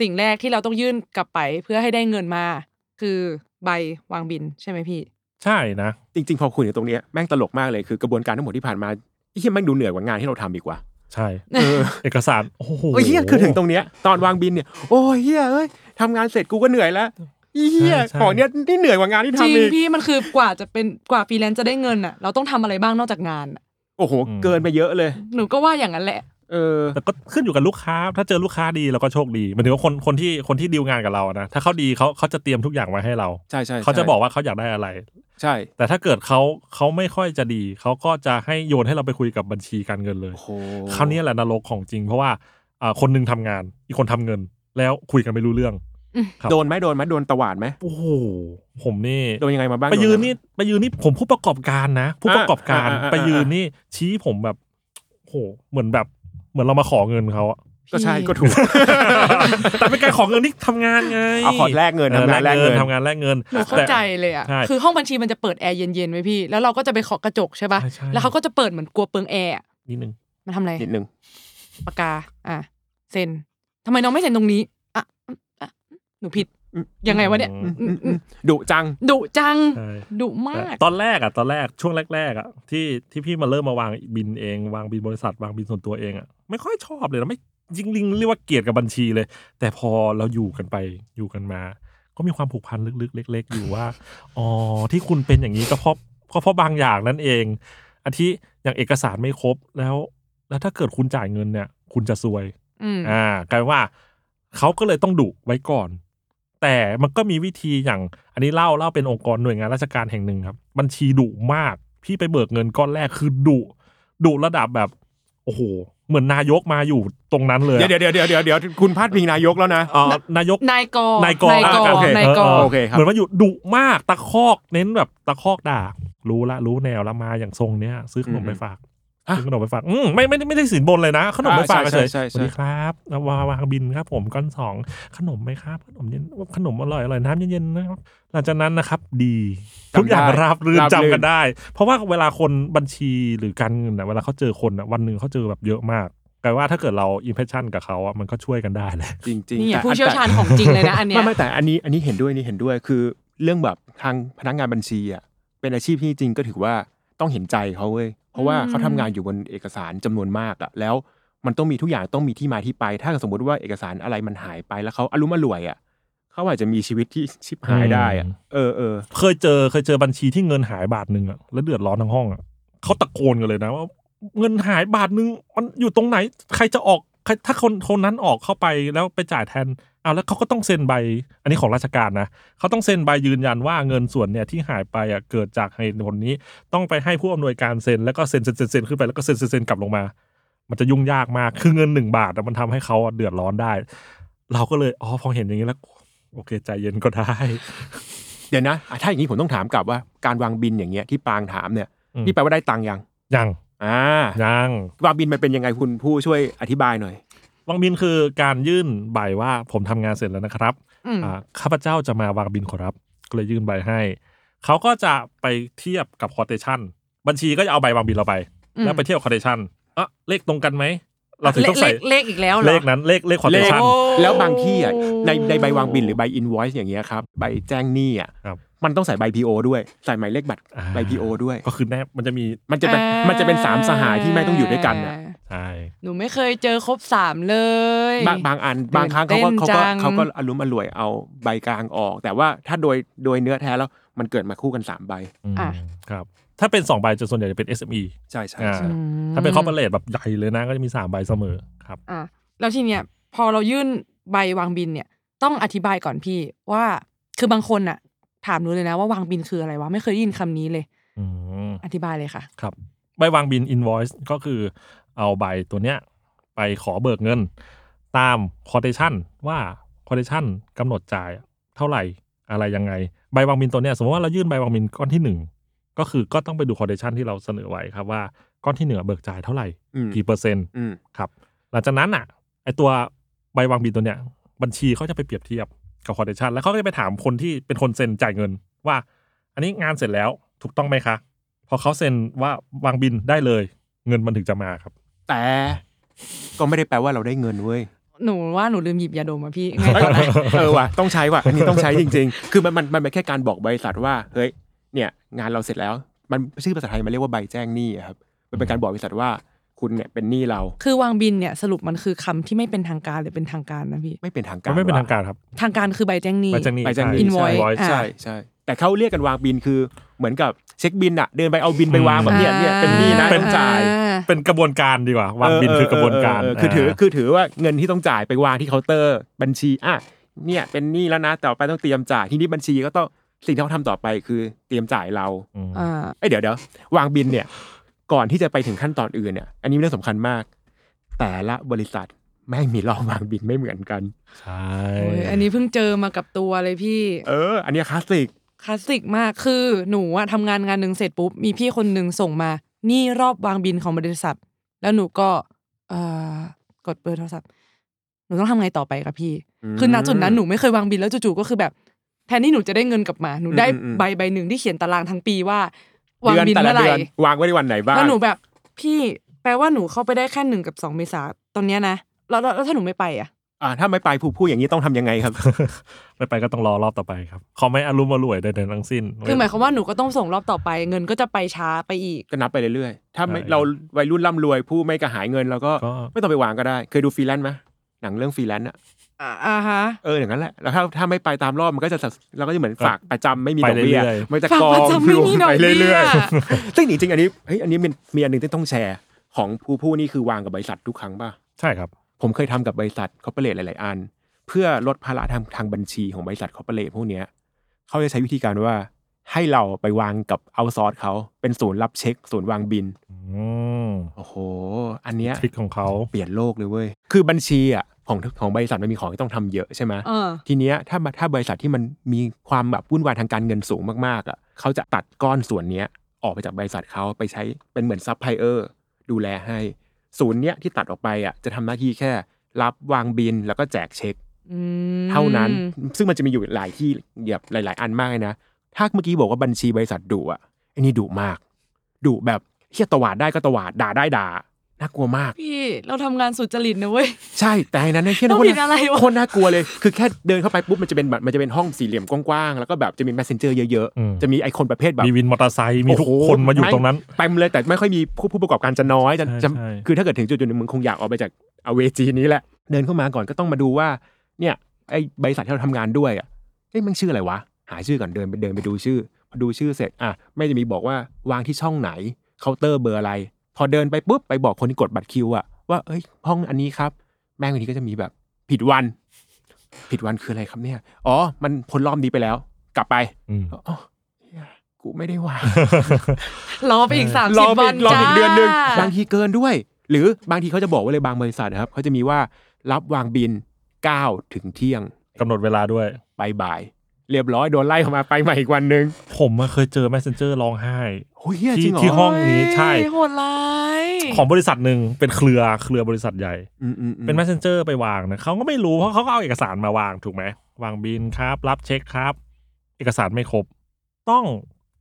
Speaker 2: สิ่งแรกที่เราต้องยื่นกลับไปเพื่อให้ได้เงินมา คือใบวางบินใช่ไหมพี่
Speaker 5: ใช่นะ
Speaker 4: จริง ๆ พอคุยถึงตรงเนี้ยแม่งตลกมากเลยคือกระบวนการทั้งหมดที่ผ่านมาไอ้เฮียแม่งดูเหนื่อยกว่างานที่เราทำอีกว่ะ
Speaker 5: ใช่
Speaker 4: เออ
Speaker 5: เอกสารโอ้โห
Speaker 4: โอ้ยเฮียคือถึงตรงเนี้ยตอนวางบินเนี่ยโอ้ยเฮียเอ้ยทำงานเสร็จกูก็เหนื่อยแล้วอีเฮีย
Speaker 5: ใช่ใช่
Speaker 4: ของเนี้ยนี่เหนื่อยกว่างาน ที่
Speaker 2: จริง
Speaker 4: ทำอีก
Speaker 2: พี่มันคือกว่าจะเป็นกว่าฟรีแลนซ์จะได้เงินอ่ะ เราต้องทำอะไรบ้างนอกจากงานอะ
Speaker 4: โอ้โหเกินไปเยอะเลย
Speaker 2: หนูก็ว่าอย่างนั้นแหละ
Speaker 4: เออ
Speaker 5: แต่ก็ขึ้นอยู่กับลูกค้า ถ้าเจอลูกค้าดีเราก็โชคดีหมันถือว่าคนคนที่คนที่ดีลงานกับเราอะนะถ้าเขาดีเขาเขาจะเตรียมทุกอย่างไว้ให้เรา
Speaker 4: ใช่ใช่ใช่
Speaker 5: เขาจะบอกว่าเขาอยากได้อะไร
Speaker 4: ใช่
Speaker 5: แต่ถ้าเกิดเขาเขาไม่ค่อยจะดี เขาก็จะให้โยนให้เราไปคุยกับบัญชีการเงินเลย
Speaker 4: โอ้โห
Speaker 5: คราวนี้แหละนรกของจริง เพราะว่าอ่าคนหนึงทำงาน อีกคนทำเงิน แล้วคุยกันไม่รู้เรื่อง ครับ
Speaker 4: โดนไหมโดนไหมโดนตวาดไหม
Speaker 5: โอ้โหผมนี่
Speaker 4: โดนยังไงมาบ้าง
Speaker 5: ไปยืน
Speaker 4: โด
Speaker 5: นี่
Speaker 4: อะ
Speaker 5: ไปยืนนี่ผมผู้ประกอบการนะ ผู้ประกอบการ
Speaker 4: อ่าอ่าอ่า
Speaker 5: ไปยืนนี่ชี้ผมแบบโอ้โหเหมือนแบบเหมือนเรามาขอเงินเขาอะ
Speaker 4: ไรก็ใช่
Speaker 2: พี่
Speaker 4: ก็ถูก
Speaker 5: แต่เป็นการของเงินที่ทำงานไง
Speaker 4: เอา ขอแลกเงินทำงานแลกเงิน
Speaker 5: ทำงานแลกเงิน
Speaker 2: หนูเข้าใจเลยอ่ะ
Speaker 5: ใช่
Speaker 2: คือห้องบัญชีมันจะเปิดแอร์เย็นๆไว้พี่ แล้วเราก็จะไปขอกระจกใช่ป่ะ
Speaker 5: ใช่ใช่
Speaker 2: แล้วเขาก็จะเปิดเหมือนกลัวเปลืองแอร์อะ
Speaker 5: นิดนึง
Speaker 2: มันทำอะไร
Speaker 4: นิดนึง
Speaker 2: ปากกา อ่ะ เซ็นทำไมน้องไม่เซ็นตรงนี้ อ่ะอ่ะหนูผิด ยังไงวะเนี่ย
Speaker 5: อืม
Speaker 2: อืมอืม
Speaker 4: ดุจัง
Speaker 2: ดุจัง
Speaker 5: ใช่
Speaker 2: ดุมาก
Speaker 5: แต่ตอนแรกอ่ะ ตอนแรกช่วงแรก ๆ อ่ะ ที่ที่พี่มาเริ่มมาวางบินเองวางบินบริษัทวางบินส่วนตัวเองอ่ะไม่ค่อยชอบเลยนะไม่จริงๆเรียกว่าเกลียดกับบัญชีเลย แต่พอเราอยู่กันไปอยู่กันมา ก็มีความผูกพันลึกๆ เล็ก ๆ อยู่ว่าอ๋อที่คุณเป็นอย่างนี้ก็เพราะก็เพราะบางอย่างนั่นเองอาทิอย่างเอกสารไม่ครบแล้ว แล้วถ้าเกิดคุณจ่ายเงินเนี่ย คุณจะซวย
Speaker 2: อืม
Speaker 5: อ่ากลายเป็นว่าเขาก็เลยต้องดุไว้ก่อน แต่มันก็มีวิธีอย่างอันนี้เล่าเล่าเป็นองค์กรหน่วยงานราชการแห่งหนึ่งครับ บัญชีดุมาก พี่ไปเบิกเงินก้อนแรกคือดุดุระดับแบบ โอ้โห เหมือนนายกมาอยู่ตรงนั้นเลย
Speaker 4: เดี๋ยวเดี๋ยวเดี๋ยวเดี๋ยวเดี๋ยวคุณพาดพิงนายกแล้วนะ
Speaker 5: เอ่อนายก
Speaker 2: นายก
Speaker 5: นายกอน
Speaker 2: ายก
Speaker 5: อ่ะโอเคน
Speaker 2: ายก
Speaker 5: เออ
Speaker 4: โอเคครับ
Speaker 5: เหมือนว่าอยู่ดุมากตะคอกเน้นแบบตะคอกด่า รู้ละรู้แนวละมาอย่างทรงเนี้ย ซื้อขนมไปฝากซื้อขนมไปฝากอืมไม่ไม่ได้ไม่ได้สินบนเลยนะ ขนมไปฝาก
Speaker 4: อ่าใช่
Speaker 5: เฉย
Speaker 4: ใช่
Speaker 5: ๆ
Speaker 4: ใช่
Speaker 5: สวัสดีครับวาวางบินครับ ผมก้อนสองขนมไหมครับ ขนมเย็นขนมอร่อยอร่อยน้ำเย็นๆนะครับหลังจากนั้นนะครับ ดี
Speaker 4: จำได้
Speaker 5: ทุกอย่างราบรื่น
Speaker 4: ราบรื่น
Speaker 5: จำกันได้ เพราะว่าเวลาคนบัญชีหรือการเงินนะเวลาเขาเจอคนนะวันหนึ่งเขาเจอแบบเยอะมากกลายว่าถ้าเกิดเราอิมเพรสชันกับเขาอะมันก็ช่วยกันได้แหละ
Speaker 4: จริงจริง
Speaker 2: นี่
Speaker 4: แต่
Speaker 2: ผู้เชี่ยวชาญของจริงเลยนะอันเนี้ย
Speaker 4: ไม่ไม่แต่อันนี้อันนี้เห็นด้วยนี่เห็นด้วยคือเรื่องแบบทางพนักงานบัญชีอ่ะเป็นอาชีพที่จริงก็ถือว่าต้องเห็นใจเขาเว้ยเพราะว่า
Speaker 2: อืม
Speaker 4: เขาทำงานอยู่บนเอกสารจำนวนมากอ่ะแล้วมันต้องมีทุกอย่างต้องมีที่มาที่ไป ถ้าสมมติว่าเอกสารอะไรมันหายไปแล้วเขาอารมณ์อร่วยอ่ะเขาอาจจะมีชีวิตที่ชิบหายได้อ่ะ
Speaker 5: อืม
Speaker 4: เออเออ
Speaker 5: เคยเจอเคยเจอบัญชีที่เงินหายบาทหนึ่งอะแล้วเดือดร้อนทั้งห้องอะเขาตะโกนกันเลยนะว่าเงินหายบาทหนึ่งมันอยู่ตรงไหน ใครจะออกใครถ้าคนคนนั้นออกเข้าไปแล้วไปจ่ายแทนเอาแล้วเขาก็ต้องเซ็นใบ อันนี้ของราชการนะเขาต้องเซ็นใบยืนยันว่าเงินส่วนเนี่ยที่หายไปอะเกิดจากเหตุผลนี้ ต้องไปให้ผู้อำนวยการเซ็นแล้วก็เซ็นเซ็นเซ็นเซ็นขึ้นไปแล้วก็เซ็นเซ็นเซ็นกลับลงมา มันจะยุ่งยากมากคือเงินหนึ่งบาทอะมันทำให้เขาอะเดือดร้อนได้ เราก็เลยอ๋อพอเห็นอย่างนี้แล้ว โอเค ใจเย็นก็ได้
Speaker 4: เดี๋ยวนะอ่ะถ้าอย่างนี้ผมต้องถามกลับว่าการวางบินอย่างเงี้ยที่ปางถามเนี่ย
Speaker 5: อืม
Speaker 4: นี่แปลว่าได้ตังค์ยัง
Speaker 5: ยัง
Speaker 4: อ่า
Speaker 5: ยัง
Speaker 4: วางบินมันเป็นยังไงคุณผู้ช่วยอธิบายหน่อย
Speaker 5: วางบินคือการยื่นใบว่าผมทำงานเสร็จแล้วนะครับ
Speaker 2: อืม
Speaker 5: อ่าข้าพเจ้าจะมาวางบินขอรับ ก็เลยยื่นใบให้ เขาก็จะไปเทียบกับคอเทชันบัญชีก็จะเอาใบวางบินเราไป
Speaker 2: อืม
Speaker 5: แล้วไปเทียบคอเทชันอ่ะเลขตรงกันไหม เราถึงต้องใส่
Speaker 2: เลขเลขเลขอีกแล้วหรอ
Speaker 5: เลขนั้นเลขเลขคอเท
Speaker 4: เลข
Speaker 5: ชัน
Speaker 2: โอ้
Speaker 4: แล้วบางที่อ่ะในในใบวางบินหรือใบอินวอยซ์อย่างเงี้ยครับใบแจ้งหนี้อ่ะ
Speaker 5: ครับ
Speaker 4: มันต้องใส่ใบพีโอด้วยใส่หมายเลขบัตร
Speaker 5: อ่า
Speaker 4: ใบพีโอด้วย
Speaker 5: ก็คือแนบมันจะมี
Speaker 4: มันจะเป็นมันจะเป็นสามสหายที่ไม่ต้องอยู่ด้วยกันอ่ะ
Speaker 5: ใช่
Speaker 2: หนูไม่เคยเจอครบสามเลย
Speaker 4: บางบางอันบางครั้งเขาก็
Speaker 2: ตื่น
Speaker 4: เขา
Speaker 2: เต้นจั
Speaker 4: ก็
Speaker 2: ง
Speaker 4: เขาก็อารมอร่วยเอาใบกลางออก แต่ว่าถ้าโดยโดยเนื้อแท้แล้วมันเกิดมาคู่กันสามใบ
Speaker 5: อืม
Speaker 2: อ่ะ
Speaker 5: ครับ ถ้าเป็นสองใบจะส่วนใหญ่จะเป็น SME
Speaker 4: ใช่ใช่
Speaker 5: อ่า
Speaker 4: ใช่
Speaker 5: ถ้าเป็นคอร์เปอเรทแบบใหญ่เลยนะก็จะมีสามใบเสมอครับ
Speaker 2: อ่ะแล้วทีเนี้ยพอเรายื่นใบวางบินเนี่ย ต้องอธิบายก่อนพี่ว่าคือบางคนน่ะ ถามหนูเลยนะว่าวางบินคืออะไรวะไม่เคยได้ยินคำนี้เลย
Speaker 5: อืม
Speaker 2: อธิบายเลยค่ะ
Speaker 5: ครับใบวางบิน invoice ก็คือเอาใบตัวเนี้ยไปขอเบิกเงิน ตาม quotation ว่า quotation กำหนดจ่ายเท่าไหร่อะไรยังไง ใบวางบินตัวเนี้ยสมมติว่าเรายื่นใบวางบินก้อนที่หนึ่งก็คือก็ต้องไปดู quotation ที่เราเสนอไว้ครับว่าก้อนที่เหนือเบิกจ่ายเท่าไหร่
Speaker 4: อืม
Speaker 5: กี่เปอร์เซ็นต์
Speaker 4: อืม
Speaker 5: ครับหลังจากนั้นอ่ะไอตัวใบวางบินตัวเนี้ยบัญชีเขาจะไปเปรียบเทียบกับ quotation แล้วเขาก็จะไปถามคนที่เป็นคนเซ็นจ่ายเงินว่า อันนี้งานเสร็จแล้วถูกต้องไหมคะ พอเขาเซ็นว่าวางบินได้เลย เงินมันถึงจะมาครับ
Speaker 4: แต่ก็ไม่ได้แปลว่าเราได้เงินเว้ย
Speaker 2: หนูว่าหนูลืมหยิบยาดมอ่ะพี่ไง
Speaker 4: เอ้ย
Speaker 2: ต่อนะ
Speaker 4: เออว่ะ ต้องใช้ว่ะอันนี้ต้องใช้จริง ๆ คือมันมันมันเป็นแค่การบอกบริษัทว่าเฮ้ยเนี่ยงานเราเสร็จแล้ว มันชื่อภาษาไทยมันเรียกว่าใบแจ้งหนี้อะครับมันเป็นการบอกบริษัทว่าคุณเนี่ยเป็นหนี้เรา
Speaker 2: คือวางบินเนี่ยสรุปมันคือคำที่ไม่เป็นทางการหรือเป็นทางการนะพี่
Speaker 4: ไม่เป็นทางกา
Speaker 5: มั
Speaker 4: ร
Speaker 5: นไม่เป็น
Speaker 4: ว่ะ
Speaker 5: ทางการครับ
Speaker 2: ทางการคือใบแจ้งหนี้
Speaker 5: ใบแจ้งหนี้
Speaker 4: ใบแจ้งหนี้
Speaker 5: ใช่
Speaker 2: Invoice
Speaker 4: ใช่
Speaker 5: Invoice
Speaker 2: อ่ะ
Speaker 4: ใช่ใช่แต่เขาเรียกกันวางบินคือเหมือนกับเช็คบินอะเดินไปเอาบินไปวางแบบเนี่ยเนี่ยเป็นหนี้นะ
Speaker 2: อ่
Speaker 4: ต้องจ่าย
Speaker 5: เป็นกระบวนการดีกว่า วางบินคือกระบวนการ
Speaker 4: เออเออเออคือถือ
Speaker 5: นะ
Speaker 4: คือถือว่าเงินที่ต้องจ่ายไปวางที่เคาน์เตอร์บัญชีอ่ะเนี่ยเป็นหนี้แล้วนะต่อไปต้องเตรียมจ่ายทีนี้บัญชีก็ต้องสิ่งที่เขาทำต่อไปคือเตรียมจ่ายเรา
Speaker 5: อืม
Speaker 2: อ่า
Speaker 4: เอ้ยเดี๋ยวเดี๋ยววางบินเนี่ย ก่อนที่จะไปถึงขั้นตอนอื่นเนี่ย อันนี้เรื่องสำคัญมาก แต่ละบริษัทแม่งมีรอบวางบินไม่เหมือนกัน
Speaker 5: ใช่
Speaker 2: โอ้ยอันนี้เพิ่งเจอมากับตัวเลยพี่
Speaker 4: เออ อันเนี้ยคลาสสิก
Speaker 2: คลาสสิกมากคือหนูอะทำงานงานหนึ่งเสร็จปุ๊บมีพี่คนหนึ่งส่งมา นี่รอบวางบินของบริษัท แล้วหนูก็เอ่อกดเบอร์โทรศัพท์ หนูต้องทำไงต่อไปครับพี่ คือณจุดนั้นหนู
Speaker 4: อื
Speaker 2: ไม่เคยวางบินแล้วจู่ๆก็คือแบบ แทนที่หนูจะได้เงินกลับมา หนูได้
Speaker 4: อืมอืม
Speaker 2: ใบใบหนึ่งที่เขียนตารางทั้งปีว่า
Speaker 4: ม
Speaker 2: วางบิน
Speaker 4: ดืแต่ละ
Speaker 2: เมื่อไหร่
Speaker 4: ดืวางไว้ในวันไหนบ้าง
Speaker 2: แล้วหนูแบบพี่แปลว่าหนูเข้าไปได้แค่หนึ่งกับสองเมษาตอนเนี้ยนะแล้วแล้วแล้วถ้าหนูไม่ไปอ่ะ
Speaker 4: อ่าถ้าไม่ไปผู้พูดอย่างนี้ต้องทำยังไงครับ
Speaker 5: ไม่ไปก็ต้องรอรอบต่อไปครับเขาไม่อารมณ์อร่วยใดๆทั้งสิ้น
Speaker 2: คือหมายความว่าหนูก็ต้องส่งรอบต่อไป เงินก็จะไปช้าไปอีก
Speaker 4: ก็นับไปเรื่อยๆ ถ้าไม่
Speaker 5: ใช่
Speaker 4: เราวัยรุ่นร่ำรวยผู้ไม่กระหายเงินเราก็
Speaker 5: ก็
Speaker 4: ไม่ต้องไปวางก็ได้ เคยดูฟรีแลนซ์ไหมหนังเรื่องฟรีแลนซ์อะ
Speaker 2: อ่าอ่าฮะ
Speaker 4: เอออย่างนั้นแหละแล้วถ้าถ้าไม่ไปตามรอบมันก็จะสะเราก็จะเหมือนฝากประจำไม่มีดอกเบี้ย
Speaker 5: ไปเรื่อยๆ
Speaker 4: มันจะ
Speaker 2: ฝาก
Speaker 4: กอ
Speaker 2: ประ
Speaker 4: ง
Speaker 2: จำไม่มีดอก
Speaker 4: ไป
Speaker 2: เบี้
Speaker 4: เรื่
Speaker 2: ย
Speaker 4: อยๆ ซึ่งจริงๆอันนี้เฮ้ยอันนี้มันมีอันหนึ่งที่ต้องแชร์ของผู้ผู้นี่คือวางกับบริษัททุกครั้งป่ะ
Speaker 5: ใช่ครับ
Speaker 4: ผมเคยทำกับบริษัทคอร์เปอเรทหลาย ๆ อัน เพื่อลดภาระทางทางบัญชีของบริษัทคอร์เปอเรทพวกเนี้ยเขาจะใช้วิธีการว่าให้เราไปวางกับเอาซอร์สเขาเป็นศูนย์รับเช็ค ศูนย์วางบิน
Speaker 5: อืม
Speaker 4: โอ้โห อันเนี้ย
Speaker 5: ทริคของเขา
Speaker 4: เปลี่ยนโลกเลยเว้ย คือบัญชีอ่ะของของบริษัทมันมีของที่ต้องทำเยอะใช่ไหม
Speaker 2: เออ
Speaker 4: ทีเนี้ยถ้ามาถ้าบริษัทที่มันมีความแบบวุ่นวายทางการเงินสูงมากๆอ่ะเขาจะตัดก้อนส่วนเนี้ยออกไปจากบริษัทเขาไปใช้เป็นเหมือนซัพพลายเออร์ดูแลให้ ศูนย์เนี้ยที่ตัดออกไปอ่ะจะทำหน้าที่แค่ รับวางบินแล้วก็แจกเช็ค
Speaker 2: อืม
Speaker 4: เท่านั้น ซึ่งมันจะมีอยู่หลายที่แบบหลาย ๆ อันมากเลยนะ ถ้าเมื่อกี้บอกว่าบัญชีบริษัทดุอ่ะไอ้นี่ดุมากดุแบบเฮียตวาดได้ก็ตวาดด่าได้ด่าน่ากลัวมาก
Speaker 2: พี่เราทำงานสุจริตนะเว้ย
Speaker 4: ใช่แต่ในนั้นเนี่ยเฮีย
Speaker 2: ต้อง
Speaker 4: นะคน
Speaker 2: ผิดอะไรวะ
Speaker 4: โคนน่ากลัวเลย คือแค่เดินเข้าไปปุ๊บมันจะเป็นแบบมันจะเป็นห้องสี่เหลี่ยมกว้างๆ แล้วก็แบบจะมี messenger เยอะ
Speaker 5: อืม
Speaker 4: ๆ จะมีไอคนประเภทแบบ
Speaker 5: มีวินมอเตอร์ไซค์มีทุก
Speaker 4: โอ้โห
Speaker 5: คนมาอยู่ตรงนั้น
Speaker 4: เต็มเลยแต่ไม่ค่อยมีผู้ผู้ประกอบการจะน้อยจะ
Speaker 5: ใช่
Speaker 4: จะ
Speaker 5: ใช่
Speaker 4: คือถ้าเกิดถึงจุดๆหนึงมึงคงอยากออกไปจากอเวจีนี้แหละ เดินเข้ามาก่อนก็ต้องมาดูว่าเนี่ยไอบริษัทที่เราทำงานด้วยอ่ะเอ้ยมันชื่ออะไรวะ หาชื่อก่อนเดินไปเดินไปดูชื่อพอดูชื่อเสร็จอ่ะไม่จะมีบอกว่าวางที่ช่องไหนเคาน์เตอร์เบอร์อะไร พอเดินไปปุ๊บไปบอกคนที่กดบัตรคิวอะว่าเอ้ยห้องอันนี้ครับ แม่งวันนี้ก็จะมีแบบผิดวัน ผิดวันคืออะไรครับเนี่ย อ๋อ มันพ้นรอบนี้ไปแล้ว กลับไป
Speaker 5: อืม
Speaker 4: อ๋อเหี้ยกูไม่ได้วาง
Speaker 2: รอไปอีกสาม
Speaker 4: ร
Speaker 2: สิ
Speaker 4: อบ ไป
Speaker 2: วัน
Speaker 4: รอ
Speaker 2: จ้า
Speaker 4: อีกเดือนหนึ่งบางทีเกินด้วย หรือบางทีเขาจะบอกไว้เลยบางบริษัทนะครับเขาจะมีว่ารับวางบิน9ถึงเที่ยง
Speaker 5: กำหนดเวลาด้วย
Speaker 4: ไปบ่าย เรียบร้อยโดนไล่ออกมาไปใหม่อีกวันหนึ่ง
Speaker 5: ผมอะเคยเจอ messenger ร้องไห้
Speaker 4: โอ้ยเหี้ย
Speaker 5: ที่
Speaker 4: จริงเหร
Speaker 5: ที่ห้
Speaker 4: อ
Speaker 5: อง นี้ใช่
Speaker 2: โอ้ยโหดร้าย
Speaker 5: ของบริษัทหนึ่งเป็นเครือเครือบริษัทใหญ่
Speaker 4: อืมอืมอืม
Speaker 5: เป็น messenger ไปวางนะเขาก็ไม่รู้เพราะเขาก็เอาเอกสารมาวางถูกไหมวางบินครับ รับเช็คครับ เอกสารไม่ครบ ต้อง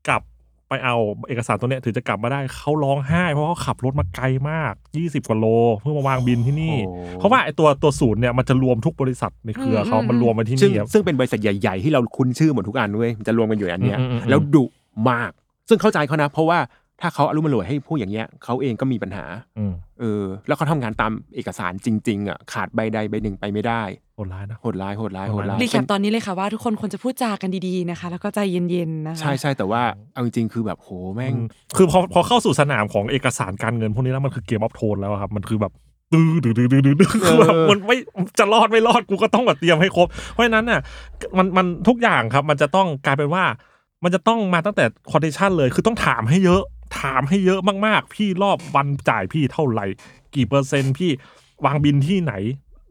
Speaker 5: กลับไปเอาเอกสารตัวเนี้ยถึงจะกลับมาได้เขาร้องไห้ เพราะเขาขับรถมาไกลมาก 20กว่าโล เพื่อมาวางบินที่นี่
Speaker 4: โอ้
Speaker 5: เพราะว่าไอตัวตัวศูนย์เนี่ยมันจะรวมทุกบริษัทในเครือเขามันรวมมาที่
Speaker 4: ซึ่ง
Speaker 5: นี่อะ
Speaker 4: ซึ่งเป็นบริษัทใหญ่ ๆ ที่เราคุ้นชื่อหมดทุกอันเว้ยมันจะรวมกันอยู่ในอันเนี้ย
Speaker 5: อืมอืมอืม
Speaker 4: แล้วดุมาก ซึ่งเข้าใจเขานะ เพราะว่าถ้าเขาอารมณ์รวยให้พวกอย่างเงี้ยเขาเองก็มีปัญหา
Speaker 5: อืม
Speaker 4: เออแล้วเขาทำงานตามเอกสารจริงๆอ่ะขาดใบใดใบหนึ่งไปไม่ได้
Speaker 5: โหดร้ายนะ
Speaker 4: โหดร้ายโหดร้ายโหดร้าย
Speaker 2: รีแคปตอนนี้เลยค่ะว่าทุกคนควรจะพูดจากันดีๆนะคะ แล้วก็ใจเย็นๆนะคะ
Speaker 4: ใช่ใช่แต่ว่าเอาจริงๆคือแบบโหแม่ง
Speaker 5: อืมคือพอพอเข้าสู่สนามของเอกสารการเงินพวกนี้แล้วมันคือเกมออฟโทนแล้วอะครับ มันคือแบบดื้อดื้อดื้อดื้อดื้อดื้อคือแบบ
Speaker 4: เออ
Speaker 5: มันไม่จะรอดไม่รอดกูก็ต้องแบบเตรียมให้ครบ เพราะฉะนั้นน่ะมันมันทุกอย่างครับ มันจะต้องกลายเป็นว่า มันจะต้องมาตั้งแต่คอนดิชันเลย คือต้องถามให้เยอะ ถามให้เยอะมากๆ พี่รอบวันจ่ายพี่เท่าไหร่ กี่เปอร์เซ็นต์พี่วางบินที่ไหน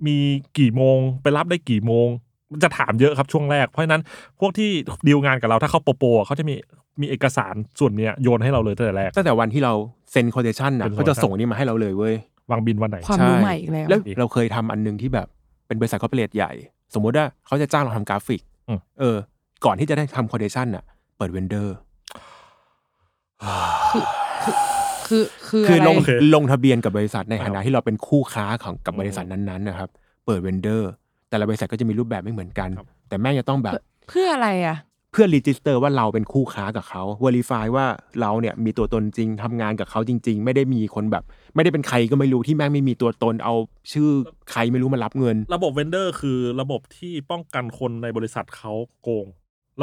Speaker 5: มีกี่โมงไปรับได้กี่โมง มันจะถามเยอะครับช่วงแรกเพราะฉะนั้นพวกที่ดีลงานกับเราถ้าเขาโปโปอะเขาจะมีมีเอกสารส่วนเนี้ยโยนให้เราเลยตั้งแต่แรก
Speaker 4: ตั้งแต่วันที่เราเซ็นคอนเดชันน่ะ
Speaker 5: เป็น
Speaker 4: เขาจะส่งอันนี้มาให้เราเลยเว้ย
Speaker 5: วางบินวันไหน
Speaker 2: ความ
Speaker 4: ใช่
Speaker 2: รู้ใหม่อีกแล้ว
Speaker 4: แล้วเราเคยทำอันหนึงที่แบบเป็นบริษัทคอร์ปอเรทใหญ่ สมมุติว่าเขาจะจ้างเราทำกราฟิก
Speaker 5: อืม
Speaker 4: เออ ก่อนที่จะได้ทำคอนเดชันน่ะเปิดเวนเดอร์
Speaker 2: คือคือ
Speaker 4: คือ
Speaker 2: อะไร
Speaker 4: ลง
Speaker 5: โเค
Speaker 4: ลงทะเบียนกับบริษัทใน
Speaker 5: ครับ
Speaker 4: ฐานะที่เราเป็นคู่ค้าของกับบริษัท
Speaker 5: อืม
Speaker 4: นั้นๆนะครับเปิดเวนเดอร์ แต่ละบริษัทก็จะมีรูปแบบไม่เหมือนกัน
Speaker 5: ครับ
Speaker 4: แต่แม่งจะต้องแบบ
Speaker 2: เพื่ออะไรอ่ะ
Speaker 4: เพื่อรีจิสเตอร์ว่าเราเป็นคู่ค้ากับเขาเวอร์ฟายว่าเราเนี่ยมีตัวตนจริงทำงานกับเขาจริง ๆ ไม่ได้มีคนแบบ ไม่ได้เป็นใครก็ไม่รู้ที่แม่งไม่มีตัวตนเอาชื่อใครไม่รู้มารับเงิน
Speaker 5: ระบบเวนเดอร์คือระบบที่ป้องกันคนในบริษัทเขาโกง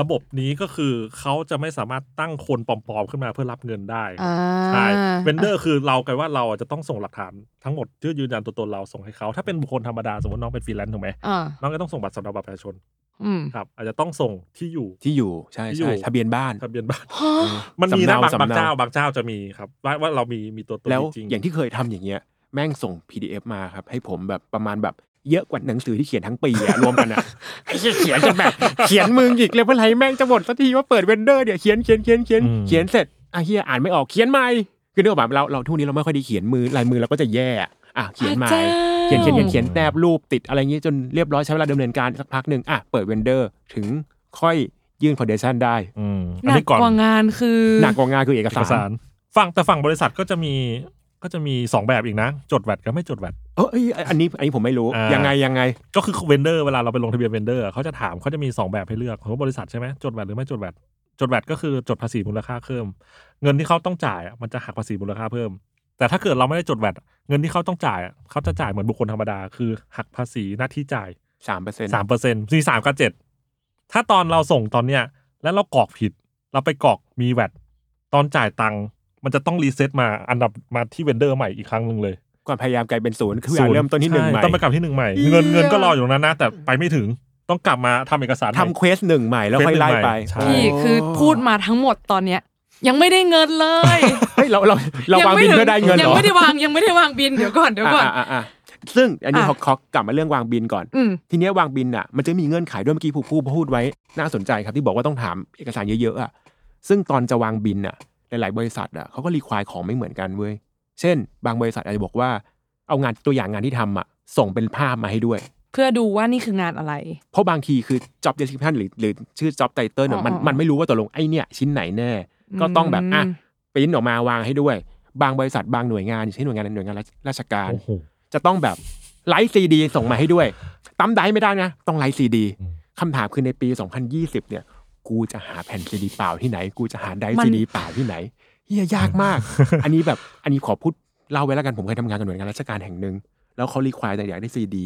Speaker 5: ระบบนี้ก็คือเขาจะไม่สามารถตั้งคนปลอมๆขึ้นมาเพื่อรับเงินได้
Speaker 2: อ่า
Speaker 5: ใช่เวนเดอร์คือเรากันว่าเราอ่ะจะต้องส่งหลักฐานทั้งหมดเพื่อยืนยันตัวตนเราส่งให้เขาถ้าเป็นบุคคลธรรมดาสมมติน้องเป็นฟรีแลนซ์ถูกไหม
Speaker 2: อ่า
Speaker 5: น้องก็ต้องส่งบัตรสำเนาบัตรประชาชน
Speaker 2: อืม
Speaker 5: ครับอาจจะต้องส่งที่อยู่
Speaker 4: ที่อยู่ใช่
Speaker 5: ที่อยู่
Speaker 4: ใช่ทะเบียนบ้าน
Speaker 5: ทะเบีย นบ้าน
Speaker 2: ฮะ
Speaker 5: มันมีนะ
Speaker 4: สำ
Speaker 5: บาง
Speaker 4: สำ
Speaker 5: บางเจ้าบางเจ้าจะมีครับ ว่าว่าเรามีมีตัวตน
Speaker 4: แล้ว
Speaker 5: จริง
Speaker 4: อย่างที่เคยทำอย่างเงี้ยแม่งส่ง PDF มาครับให้ผมแบบประมาณแบบเยอะกว่าหนังสือที่เขียนทั้งปีอะ รวมกันอะ ไอ้เหี้ยเขียนจนแบบเขียนมึงอีกเลยเมื่อไหรแม่งจะหมดสักทีว่าเปิดเวนเดอร์เดี๋ยวเขียนเขียนเขียนเขียนเขียนเสร็จอ่ะเฮียอ่านไม่ออกเขียนใหม่คือเนื่องจากเราเราทุกวันนี้เราไม่ค่อยได้เขียนมือลายมือเราก็จะแย่อ่ะเขียนใหม่
Speaker 2: พระจ้า
Speaker 4: เขียนเขียนเขียนเขียนแนบรูปติดอะไรเงี้ยจนเรียบร้อยใช้เวลาดำเนินการสักพักหนึ่งอ่ะเปิดเวนเดอร์ถึงค่อยยื่นคอนเดชันได้
Speaker 5: อืม
Speaker 2: ห
Speaker 5: อัน
Speaker 2: นัก
Speaker 5: นี้ก่อน
Speaker 2: กว่างานคือ
Speaker 4: หนักกว่างานคือเอก
Speaker 5: เอก
Speaker 4: สาร
Speaker 5: สารฝั่งแต่ฝั่งบริษัทก็จะมีก็จะมีสองแบบอีกนะ จดแวดกับไม่จดแวด
Speaker 4: เอยเอยอันนี้อันนี้ผมไม่รู้
Speaker 5: อ่ายั
Speaker 4: ยังไงยังไง
Speaker 5: ก็คือเวนเดอร์เวลาเราไปลงทะเบียนเวนเดอร์เขาจะถามเขาจะมี 2 แบบให้เลือกของบริษัทใช่ไหมจดแวดหรือไม่จดแวดจดแวดก็คือจดภาษีมูลค่าเพิ่ม เงินที่เขาต้องจ่ายอะมันจะหักภาษีมูลค่าเพิ่ม แต่ถ้าเกิดเราไม่ได้จดแวดเงินที่เขาต้องจ่ายอะเขาจะจ่ายเหมือนบุคคลธรรมดา คือหักภาษีหน้าที่จ่าย
Speaker 4: สามเปอร์เซ็นต์
Speaker 5: สามเปอร์เซ็นต์มีสามกับเจ็ดถ้าตอนเราส่งตอนเนี้ย แล้วเรากรอกผิด เราไปกรอกมีแวดตอนจ่ายตังค์มันจะต้องรีเซ็ตมาอันดับมาที่เวนเดอร์ใหม่อีกครั้งหนึ่งเลย
Speaker 4: ก่อนพยายามกลายเป็นศูนย์คืออยากเริ่มต้นที่หนึ่งใหม่
Speaker 5: ช่ต้องไปกลับที่หนึ่งใหม่ เงินเงินก็รออยู่ตรงนั้นนะ แต่ไปไม่ถึงต้องกลับมาทำเอกสารใหม่
Speaker 4: ทำเควสหนึ่งใหม่แล้วค่อยไล่ไป
Speaker 5: ใช่
Speaker 2: พี่คือพูดมาทั้งหมดตอนเนี้ย ยังไม่ได้เงินเลย
Speaker 4: เฮ้ยเราเราเราวางบินเพื่อได้เงินเห
Speaker 2: ยั
Speaker 4: รอ
Speaker 2: ไม่ได้วางยังไม่ได้วางบินเดี๋ยวก่อนเดี๋ยวก่อน
Speaker 4: อ่าอ่าๆซึ่งอันนี้
Speaker 2: อ่ะ
Speaker 4: ขอขอกลับมาเรื่องวางบินก่อน
Speaker 2: อืม
Speaker 4: ทีเนี้ยวางบินอ่ะมันจะมีเงื่อนไขด้วยเมื่อกี้ผู้พูดพูดไว้น่าสนใจครับที่บอกว่าต้องถามเอกสารเยอะๆอ่ะซึ่งตอนจะวางบินอ่ะหลายๆ บริษัทอ่ะเขาก็รีควายของไม่เหมือนกันเว้ยเช่น บางบริษัทอาจจะบอกว่าเอางานตัวอย่างงานที่ทำอ่ะส่งเป็นภาพมาให้ด้วย
Speaker 2: เพื่อดูว่านี่คืองานอะไร
Speaker 4: เพราะบางทีคือ job description หรือหรือชื่อ job title เนี่ยมัน
Speaker 2: อ๋ออ๋อ
Speaker 4: มันไม่รู้ว่าตกลงไอ้เนี่ยชิ้นไหนแน่ ก็ต้องแบบอ่ะปริ้นออกมาวางให้ด้วย บางบริษัทบางหน่วยงานอย่างเช่นหน่วยงานหน่วยงานราชการ
Speaker 5: โอ้โห
Speaker 4: จะต้องแบบไลฟ์ซีดีส่งมาให้ด้วยตั้มได้ไม่ได้นะ ต้องไลฟ์ซีดี
Speaker 5: อืม
Speaker 4: คำถามคือในปี 2020 เนี่ย กูจะหาแผ่นซีดีเปล่าที่ไหน กูจะหาได
Speaker 2: มัน
Speaker 4: ซีดีเปล่าที่ไหนเฮียยากมาก อันนี้แบบอันนี้ขอพูดเล่าไว้แล้วกันผมเคยทำงานกับหน่วยงานราชการแห่งหนึ่งแล้วเขารีควายแต่อยากได้ซีดี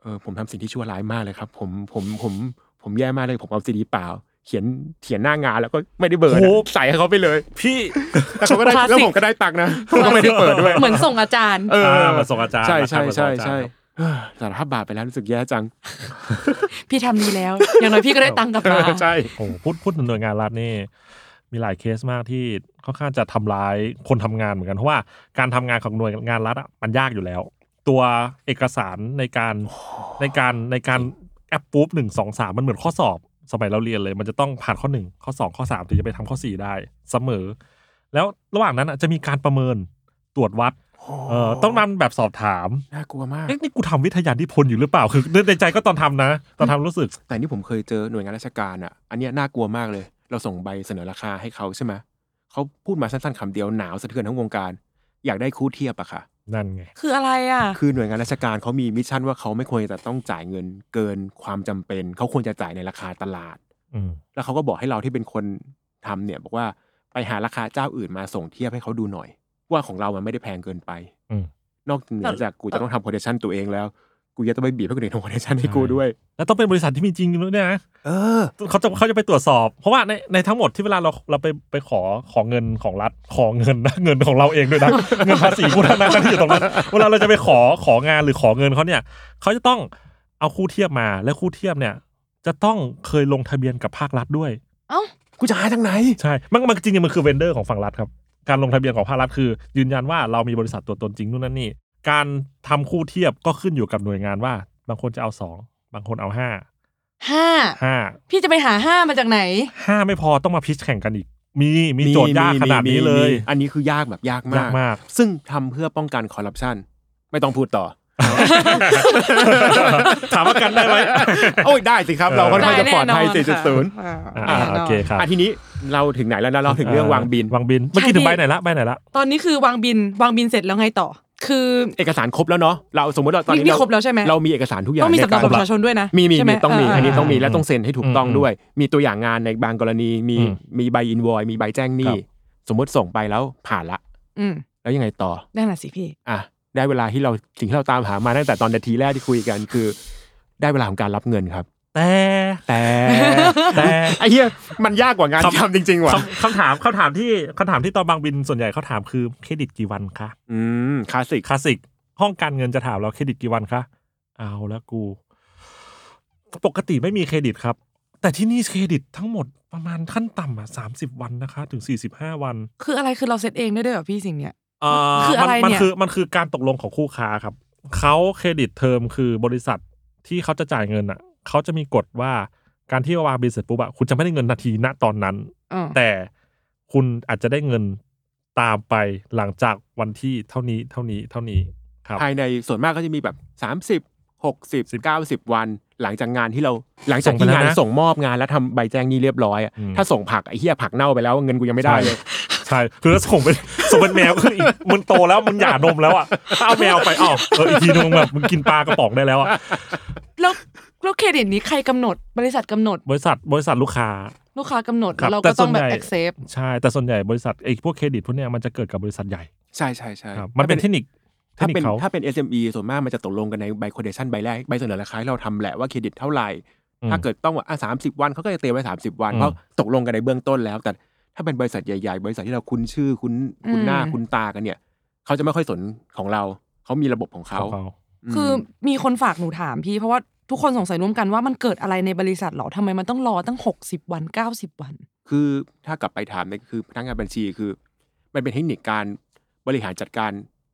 Speaker 4: เออผมทำสิ่งที่ชั่วร้ายมากเลยครับผมผมผมผมแย่มากเลยผมเอาซีดีเปล่า เขียนเขียนหน้างานแล้วก็ไม่ได้เบิร์น
Speaker 5: โอ้
Speaker 4: อะใส่ให้เขาไปเลย
Speaker 5: พี่
Speaker 4: แล้วเขาก็ได้
Speaker 2: คลาสสิก
Speaker 4: แล้วผมก็ได้ตังค์นะผมก็ไม่ได้เปิดด้วย
Speaker 2: เหมือนส่งอาจารย์
Speaker 4: เออ
Speaker 5: มาส่งอาจารย์
Speaker 4: ใช่ใช่
Speaker 5: มาส่
Speaker 4: ใช่
Speaker 5: งอา
Speaker 4: ใช่เฮ้ย
Speaker 5: จารย์ครับ
Speaker 4: สารภาพบาปไปแล้วรู้สึกแย่จัง
Speaker 2: พี่ทำดีแล้ว อย่างน้อยพี่ก็ได้ตังค์กลับมา
Speaker 4: ใช่
Speaker 5: โอ้โหพูดพูดถึงหน่วยงานรัฐนี่มีหลายเคสมากที่ค่อนข้างจะทำร้ายคนทำงานเหมือนกันเพราะว่าการทำงานของหน่วยงานรัฐอะมันยากอยู่แล้ว ตัวเอกสารในการในการในการ แอปปุ๊บหนึ่งสองสามมันเหมือนข้อสอบสมัยเราเรียนเลย มันจะต้องผ่านข้อหนึ่งข้อสองข้อสามถึงจะไปทำข้อสี่ได้เสมอ แล้วระหว่างนั้นอะจะมีการประเมินตรวจวัดเอ่อต้องนำแบบสอบถาม
Speaker 4: น่ากลัวมาก
Speaker 5: เอ๊ะนี่กูทำวิทยานิพนธ์อยู่หรือเปล่า คือในใจก็ตอนทำนะ ตอนทำรู้สึก
Speaker 4: แต่นี่ผมเคยเจอหน่วยงานราชการอ่ะ อันเนี้ยน่ากลัวมากเลย เราส่งใบเสนอราคาให้เขาใช่ไหมเขาพูดมาสั้นๆคำเดียวหนาวสะเทือนทั้งวงการ อยากได้คู่เทียบอะค่ะ
Speaker 5: นั่นไง
Speaker 2: คืออะไรอ่ะ
Speaker 4: คือหน่วยงานราชการเขามีมิชชั่นว่าเขาไม่ควรจะต้องจ่ายเงินเกินความจำเป็น เขาควรจะจ่ายในราคาตลาด
Speaker 5: อืม
Speaker 4: แล้วเขาก็บอกให้เราที่เป็นคนทำเนี่ย บอกว่าไปหาราคาเจ้าอื่นมาส่งเทียบให้เขาดูหน่อย ว่าของเรามันไม่ได้แพงเกินไป
Speaker 5: อืม
Speaker 4: นอกเหนือจากกูจะต้องทำโคเดชันตัวเองแล้ว กูยังต้องไปบีบให้คนอื่นทำโคเดชันให้
Speaker 5: ใช่
Speaker 4: กูด้วย
Speaker 5: แล้วต้องเป็นบริษัทที่มีจริงด้วยเนี่ยนะ
Speaker 4: เออ
Speaker 5: เขาจะเขาจะไปตรวจสอบ เพราะว่าในในทั้งหมดที่เวลาเราเราไปไปขอของเงินของรัฐขอเงินนะ เงินของเราเองด้วยนะ เงินภาษีพวกนั้นนะที่อยู่ตรงนั้น เวลาเราจะไปขอของานหรือขอเงินเขาเนี่ยเขาจะต้องเอาคู่เทียบมา และคู่เทียบเนี่ย จะต้องเคยลงทะเบียนกับภาครัฐด้วย
Speaker 4: กูจะหาทางไหน
Speaker 5: ใช่ มันมันจริงๆมันคือเวนเดอร์ของฝั่งรัฐครับ การลงทะเบียนของภาครัฐคือ ยืนยันว่าเรามีบริษัทตัวตนจริงนู่นนั่นนี่ การทำคู่เทียบก็ขึ้นอยู่กับหน่วยงานว่า บางคนจะเอาสองบางคนเอาห้า
Speaker 2: ห้า
Speaker 5: ห้า
Speaker 2: พี่จะไปหาห้ามาจากไหน
Speaker 5: ห้าไม่พอต้องมาพิชแข่งกันอีก มีมีโจทย์ยากขนาดนี้เลย
Speaker 4: มีมีอันนี้คือยากแบบยากมาก
Speaker 5: ยากมาก
Speaker 4: ซึ่งทำเพื่อป้องกันคอร์รัปชันไม่ต้องพูดต่อ
Speaker 5: ถามว่ากันได้ไหม
Speaker 4: โอ้ยได้สิครับ เราค่อนข้างจะ
Speaker 2: ได้แน่
Speaker 4: ปลอดภัย
Speaker 2: นอนค่ะ
Speaker 4: 4.0
Speaker 5: อ่าโอเคครับ
Speaker 4: อ่ะทีนี้เราถึงไหนแล้วนะเราถึงเรื่องวางบิน
Speaker 5: วางบิน เมื่อกี้ถึงใบไหนละใบไหนละ
Speaker 2: ตอนนี้คือวางบินวางบินเสร็จแล้วไงต่อ คือ
Speaker 4: เอกสารครบแล้วเนาะเราสมมติว่าตอน
Speaker 2: นี่
Speaker 4: นี้
Speaker 2: นี่
Speaker 4: เรา
Speaker 2: ครบแล้วใช่ไหม
Speaker 4: เรามีเอกสารทุกอย่าง
Speaker 2: ต้องมีสำเนาบัตรประ
Speaker 4: ใกา
Speaker 2: ชาชนด้วยนะ
Speaker 4: มีมี
Speaker 2: ใช่ไห
Speaker 4: มีต้องมี
Speaker 2: า
Speaker 4: อันนี้ต้องมี
Speaker 5: อ่า
Speaker 4: และต้องเซ็นให้ถูกต้อง
Speaker 5: อืม
Speaker 4: ด้วย มีตัวอย่างงานในบางกรณีมี
Speaker 5: อืม
Speaker 4: มีใบอินวอยมีใบแจ้งห
Speaker 5: ครั
Speaker 4: นี้
Speaker 5: บ
Speaker 4: สมมติส่งไปแล้วผ่านละ
Speaker 2: อืม
Speaker 4: แล้วยังไงต่อ
Speaker 2: นั่นน่ะสิพี่
Speaker 4: อ่ะได้เวลาที่เราสิ่งที่เราตามหามาตั้งแต่ตอนนาทีแรกที่คุยกันคือ ได้เวลาของการรับเงินครับ
Speaker 5: แต่
Speaker 4: แต่
Speaker 5: แต่
Speaker 4: ไอ้เหี้ยมันยากกว่างาน
Speaker 5: ครับ
Speaker 4: ทำจริง ๆ ว่ะ
Speaker 5: คำคำถามคำถามที่คำถามที่ตอนบางบินส่วนใหญ่เขาถามคือเครดิตกี่วันคะ
Speaker 4: อืมคลาสสิก
Speaker 5: คลาสสิกห้องการเงินจะถามเราเครดิตกี่วันคะเอาแล้วกู ปกติไม่มีเครดิตครับ แต่ที่นี่เครดิตทั้งหมดประมาณขั้นต่ำอ่ะสามสิบวันนะคะ ถึงสี่สิบห้าวัน
Speaker 2: คืออะไรคือเราเซตเองได้ด้วยเหรอพี่สิ่งเนี้ย
Speaker 5: เอ่อ
Speaker 2: คืออะไร
Speaker 5: มั
Speaker 2: เนี่ย
Speaker 5: คือมันคือการตกลงของคู่ค้าครับเขาเครดิตเทอมคือบริษัทที่เขาจะจ่ายเงินอ่ะเขาจะมีกฎว่าการที่วางบินเสร็จปุ๊บอะคุณจะไม่ได้เงินนาทีณตอนนั้น
Speaker 2: อ่า
Speaker 5: แต่คุณอาจจะได้เงินตามไปหลังจากวันที่เท่านี้เท่านี้เท่านี้ครับ
Speaker 4: ภายในส่วนมากก็จะมีแบบ 30 60 90 วัน หลังจากงานที่เราหลังจากที่งาน
Speaker 5: ส่งไป
Speaker 4: ส่ง
Speaker 5: แล้วนะ
Speaker 4: มอบงานแล้วทำใบแจ้งหนี้เรียบร้อยอะ
Speaker 5: อืม
Speaker 4: ถ้าส่งผักไอ้เหี้ยผักเน่าไปแล้วเงินกูยังไม่ได้เลย
Speaker 5: ใช่คือถ้าส่งไปส่งเป็นแม วคืออีกมึงโตแล้วมึงหย่านมแล้วอ่ะถ้าเอาแมวไปอ้าวเอออีกทีนึงแบบมึงกินปลากระป๋องได้แล้วอ่ะ
Speaker 2: แล้วแล้วเครดิตนี้ใครกำหนด บริษัทกำหนด
Speaker 5: บริษัทบริษัทลูกค้า
Speaker 2: ลูกค้ากำหนด
Speaker 5: ครับ
Speaker 2: เรา
Speaker 5: แต่
Speaker 2: ก็ต้อง
Speaker 5: ส่วน
Speaker 2: แบบ
Speaker 5: ใหญ่
Speaker 2: accept
Speaker 5: ใช่แต่ส่วนใหญ่บริษัทไอ้พวกเครดิตพวกเนี้ยมันจะเกิดกับบริษัทใหญ่
Speaker 4: ใช่ใช่ใช่
Speaker 5: ครับมันเป็นเทคนิคเทค
Speaker 4: ถ้า
Speaker 5: นิค
Speaker 4: เป็น
Speaker 5: เขา
Speaker 4: ถ้าเป็น SME ส่วนมากมันจะตกลงกันในใบโคเดชันใบแรกใบเสนอราคาให้เราทำแหละว่าเครดิตเท่าไหร่
Speaker 5: อืม
Speaker 4: ถ้าเกิดต้องว่าอ่ะสามสิบวันเขาก็จะเตรียมไว้สามสิบวัน
Speaker 5: อืม
Speaker 4: เพราะตกลงกันในเบื้องต้นแล้ว แต่ถ้าเป็นบริษัทใหญ่ๆ บริษัทที่เราคุ้นชื่อคุ้นคุ้นหน้า
Speaker 2: อืม
Speaker 4: คุ้นตากันเนี่ยเขาจะไม่ค่อยสนของเรา เขามีระบบของเขา
Speaker 5: ของเขา
Speaker 4: ม
Speaker 2: คือมีคนฝากหนูถามพี่เพราะว่าทุกคนสงสัยร่วมกันว่ามันเกิดอะไรในบริษัทเหรอทำไมมันต้องรอตั้ง 60 วัน 90 วัน
Speaker 4: คือถ้ากลับไปถามเนี่ยคือพนักงานบัญชีคือ มันเป็นเทคนิคการบริหารจัดการ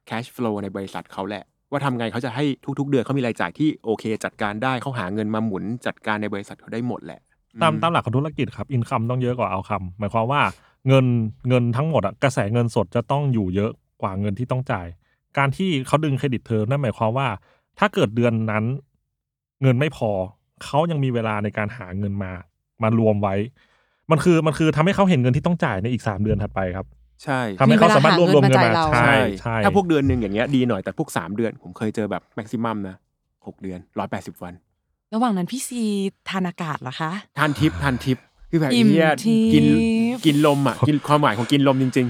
Speaker 4: cash flow ในบริษัทเขาแหละ ว่าทำไงเขาจะให้ทุก ๆ เดือนเขามีรายจ่ายที่โอเค จัดการได้เขาหาเงินมาหมุนจัดการในบริษัทเขาได้หมดแหละ
Speaker 5: ตาม
Speaker 4: อื
Speaker 5: ตามหลักของธุรกิจครับอินคัมต้องเยอะกว่าเอาคัมหมายความว่าเงินเงินทั้งหมดอะกระแสเงินสดจะต้องอยู่เยอะกว่าเงินที่ต้องจ่าย การที่เขาดึงเครดิตเทอมนั่นหมายความว่า ถ้าเกิดเดือนนั้น เงินไม่พอ เขายังมีเวลาในการหาเงินมา มารวมไว้ มันคือมันคือทำให้เขาเห็นเงินที่ต้องจ่ายในอีกสามเดือนถัดไปครับ
Speaker 4: ใช่
Speaker 5: ทำให้เขาสามารถรวบรวมเงิน
Speaker 2: มี
Speaker 5: มา
Speaker 2: เวลาหาเงินมาจ่ายเรา
Speaker 5: ใช่ใช่
Speaker 4: ถ้าพวกเดือนหนึ่งอย่างเงี้ยดีหน่อยแต่พวก 3 เดือน ผมเคยเจอแบบแม็กซิมัมนะ 6 เดือน 180 วัน
Speaker 2: ระหว่างนั้นพี่ซีทานอากาศเหรอคะ
Speaker 4: ทานทิ ปทานทิปคือแบบ
Speaker 2: อิ่ม
Speaker 4: เฮีย
Speaker 2: ทิป
Speaker 4: กินกินลมอ่ะกินความหมายของกินลมจริง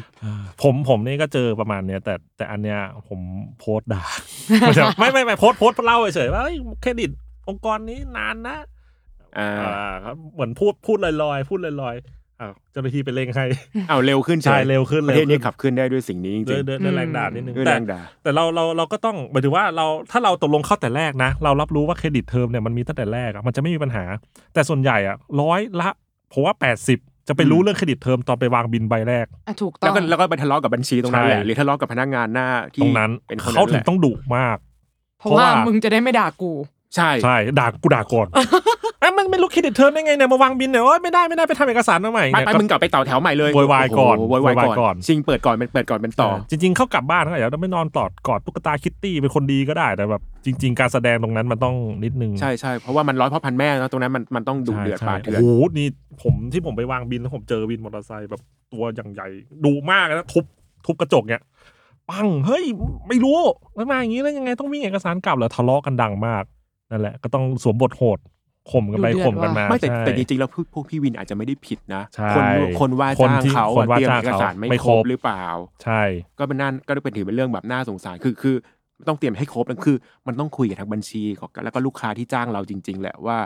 Speaker 5: ผมผมนี่ก็เจอประมาณเนี้ยแต่แต่อันเนี้ยผมโพสต์ด่า ไม่ไม่ไม่โพสต์โพสต์เล่าเฉยๆว่าเอ้ยเครดิตองค์กรนี้นานนะ
Speaker 4: ๆ อ่า
Speaker 5: อ่าครับเหมือนพูดพูดลอยๆ พูดลอยๆอ่าเจ้าหน้าที่ไปเร่งให้
Speaker 4: เอาเร็วขึ้นฉย
Speaker 5: ใช่เร็วขึ้น
Speaker 4: ประเทศนี้
Speaker 5: เร็วขึ้น
Speaker 4: ขับขึ้นได้ด้วยสิ่งนี้จริงๆ
Speaker 5: ด้วยด้วยด้วยแรงด่านิดนึง
Speaker 4: ด้วย
Speaker 5: แต่
Speaker 4: แรงด่า
Speaker 5: แต่เราเราเราก็ต้องหมายถึงว่าเราถ้าเราตกลงเข้าแต่แรกนะ เรารับรู้ว่าเครดิตเทอมเนี่ยมันมีตั้งแต่แรกอะมันจะไม่มีปัญหา แต่ส่วนใหญ่อ่ะร้อยละผมว่า 80 จะไปรู้เรื่องเครดิตเทอมตอนไปวางบินใบแรก
Speaker 2: อ่ะถูกต้อ
Speaker 4: แล้ว
Speaker 2: ง
Speaker 4: ก็แล้วก็ไปทะเลาะกับบัญชีตรงนั้น
Speaker 5: ใช่
Speaker 4: แหละหรือทะเลาะกับพนักงานหน้าที่
Speaker 5: ตรงนั้น
Speaker 4: เป็นคน
Speaker 5: เขา
Speaker 4: นั้น
Speaker 5: ถึ
Speaker 4: แห
Speaker 5: ง
Speaker 4: ละ
Speaker 5: ต้องดุมาก
Speaker 2: เพราะว่า
Speaker 5: เพราะว่ามึ
Speaker 2: มึงจะได้ไม่ด่ากู
Speaker 4: ใช่
Speaker 5: ใช่ด่ากูด่าก่อน อ่ะมันไม่รู้เครดิตเทิร์นได้ไงเนี่ยมาวางบินเนี่ยโอ๊ยไม่ได้ไม่ได้ไปทำเอกสารมาใหม่
Speaker 4: ไป
Speaker 5: เนี่ย
Speaker 4: ไปมึงกลับไปต่อแถวใหม่เลย
Speaker 5: โวยวายก่อน
Speaker 4: โโหโวยวาย
Speaker 5: โวยวายก่
Speaker 4: ก่อ
Speaker 5: อน น
Speaker 4: ชิงเปิดก่อนเป็นเปิดก่อนเป็นต่อ
Speaker 5: จริงๆ เข้ากลับบ้านก็อย่าไม่นอนกอดกอดตุ๊กตาคิตตี้เป็นคนดีก็ได้แต่แบบจริง ๆ การแสดงตรงนั้นมันต้องนิดนึง
Speaker 4: ใช่ใช่เพราะว่ามันร้อยพ่อพันแม่แล้วตรงนั้นมันมันต้องดุเดือด
Speaker 5: ใช่
Speaker 4: ปาด
Speaker 5: ใช่
Speaker 4: เถื่อน
Speaker 5: โอ้โหนี่ผมที่ผมไปวางบินแล้วผมเจอวินมอเตอร์ไซค์แบบตัวอย่างใหญ่ดุมากนะทุบทุบกระจกเนี่ยปังเฮ้ยไม่รู้มันมาอย่างนี้แล้วยังไงต้องวิ่งเอกสารกลับเหรอทะเลาะกันดังมากนั่นแหละ ก็ต้องสวมบทโหดข่มกันไป
Speaker 2: ดูเดือด
Speaker 5: ข่มกัน
Speaker 2: ว่ะ
Speaker 5: มา
Speaker 4: ไม่แต่
Speaker 5: ใช่
Speaker 4: แต่จริงๆแล้วพวกพวกพี่วินอาจจะไม่ได้ผิดนะ
Speaker 5: ใช่
Speaker 4: คนคนว่า
Speaker 5: คน
Speaker 4: จ้าง
Speaker 5: ที่
Speaker 4: เขา
Speaker 5: ค
Speaker 4: อะ
Speaker 5: นว่า
Speaker 4: เตรียม
Speaker 5: จ้าง
Speaker 4: เอกสาร
Speaker 5: เขาไม่
Speaker 4: ไม่ค
Speaker 5: ค
Speaker 4: ร
Speaker 5: ร
Speaker 4: บบ หรือเปล่า
Speaker 5: ใช่
Speaker 4: ก็เป็นน่าก็เป็นถือเป็นเรื่องแบบน่าสงสารคือคือต้องเตรียมให้ครบแล้วคือ มันต้องคุยกับทางบัญชีของแล้วก็ลูกค้าที่จ้างเราจริง ๆ แหละว่า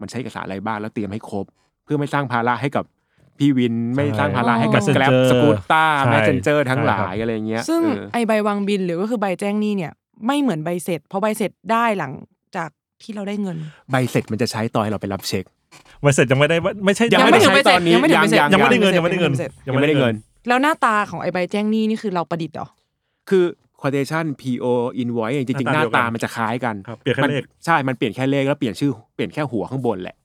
Speaker 4: มันใช้เอกสารอะไรบ้างแล้วเตรียมให้ครบ เพื่อไม่สร้างภาระให้กับพี่วินไม่สร้างภาระให้กับ
Speaker 5: ใช่
Speaker 4: แกร็บ
Speaker 5: Messenger
Speaker 4: สกูตต้า
Speaker 5: ใช่
Speaker 4: แมสเซนเจอร์ทั้งหลา
Speaker 5: ใช่
Speaker 4: ย
Speaker 5: ครับ
Speaker 4: อะไรเงี้ย
Speaker 2: ซึ่ง
Speaker 4: เออ
Speaker 2: ไอใบวางบินหรือก็คือใบแจ้งหนี้เนี่ย ไม่เหมือนใบเสร็จ เพราะใบเสร็จได้หลังจากที่เราได้เงิน
Speaker 4: ใบเสร็จมันจะใช้ตอนให้เราไปรับเช็ค
Speaker 5: ไม่เสร็จยังไม่ได้ไม่ใช่
Speaker 4: ยังไม่ได้
Speaker 5: ใช่
Speaker 2: ใบเสร็จ
Speaker 4: ยั
Speaker 2: ยัง ง
Speaker 4: ไม่
Speaker 2: ไม่
Speaker 4: ถึ
Speaker 2: ถึ
Speaker 4: ง
Speaker 2: งใบเส
Speaker 4: ใบเส
Speaker 2: ร็จ
Speaker 4: ร็จ
Speaker 5: ยังไม่ได้เงินยังไม่ได้เงิน
Speaker 4: ยังไม่ได้เงิน
Speaker 2: แล้วหน้าตาของไอใบแจ้งหนี้นี่คือเราประดิษฐ์เหรอ
Speaker 4: คือ quotation PO invoice จริงๆ ห
Speaker 5: ห
Speaker 4: น้า
Speaker 5: น้า
Speaker 4: ตา
Speaker 5: ตา
Speaker 4: มันจะคล้ายกัน
Speaker 5: ครับเปลี่ยนแค่
Speaker 4: มั
Speaker 5: เลข
Speaker 4: ใช่ มันเปลี่ยนแค่เลขแล้วเปลี่ยนชื่อเปลี่ยนแค่หัวข้างบนแหละ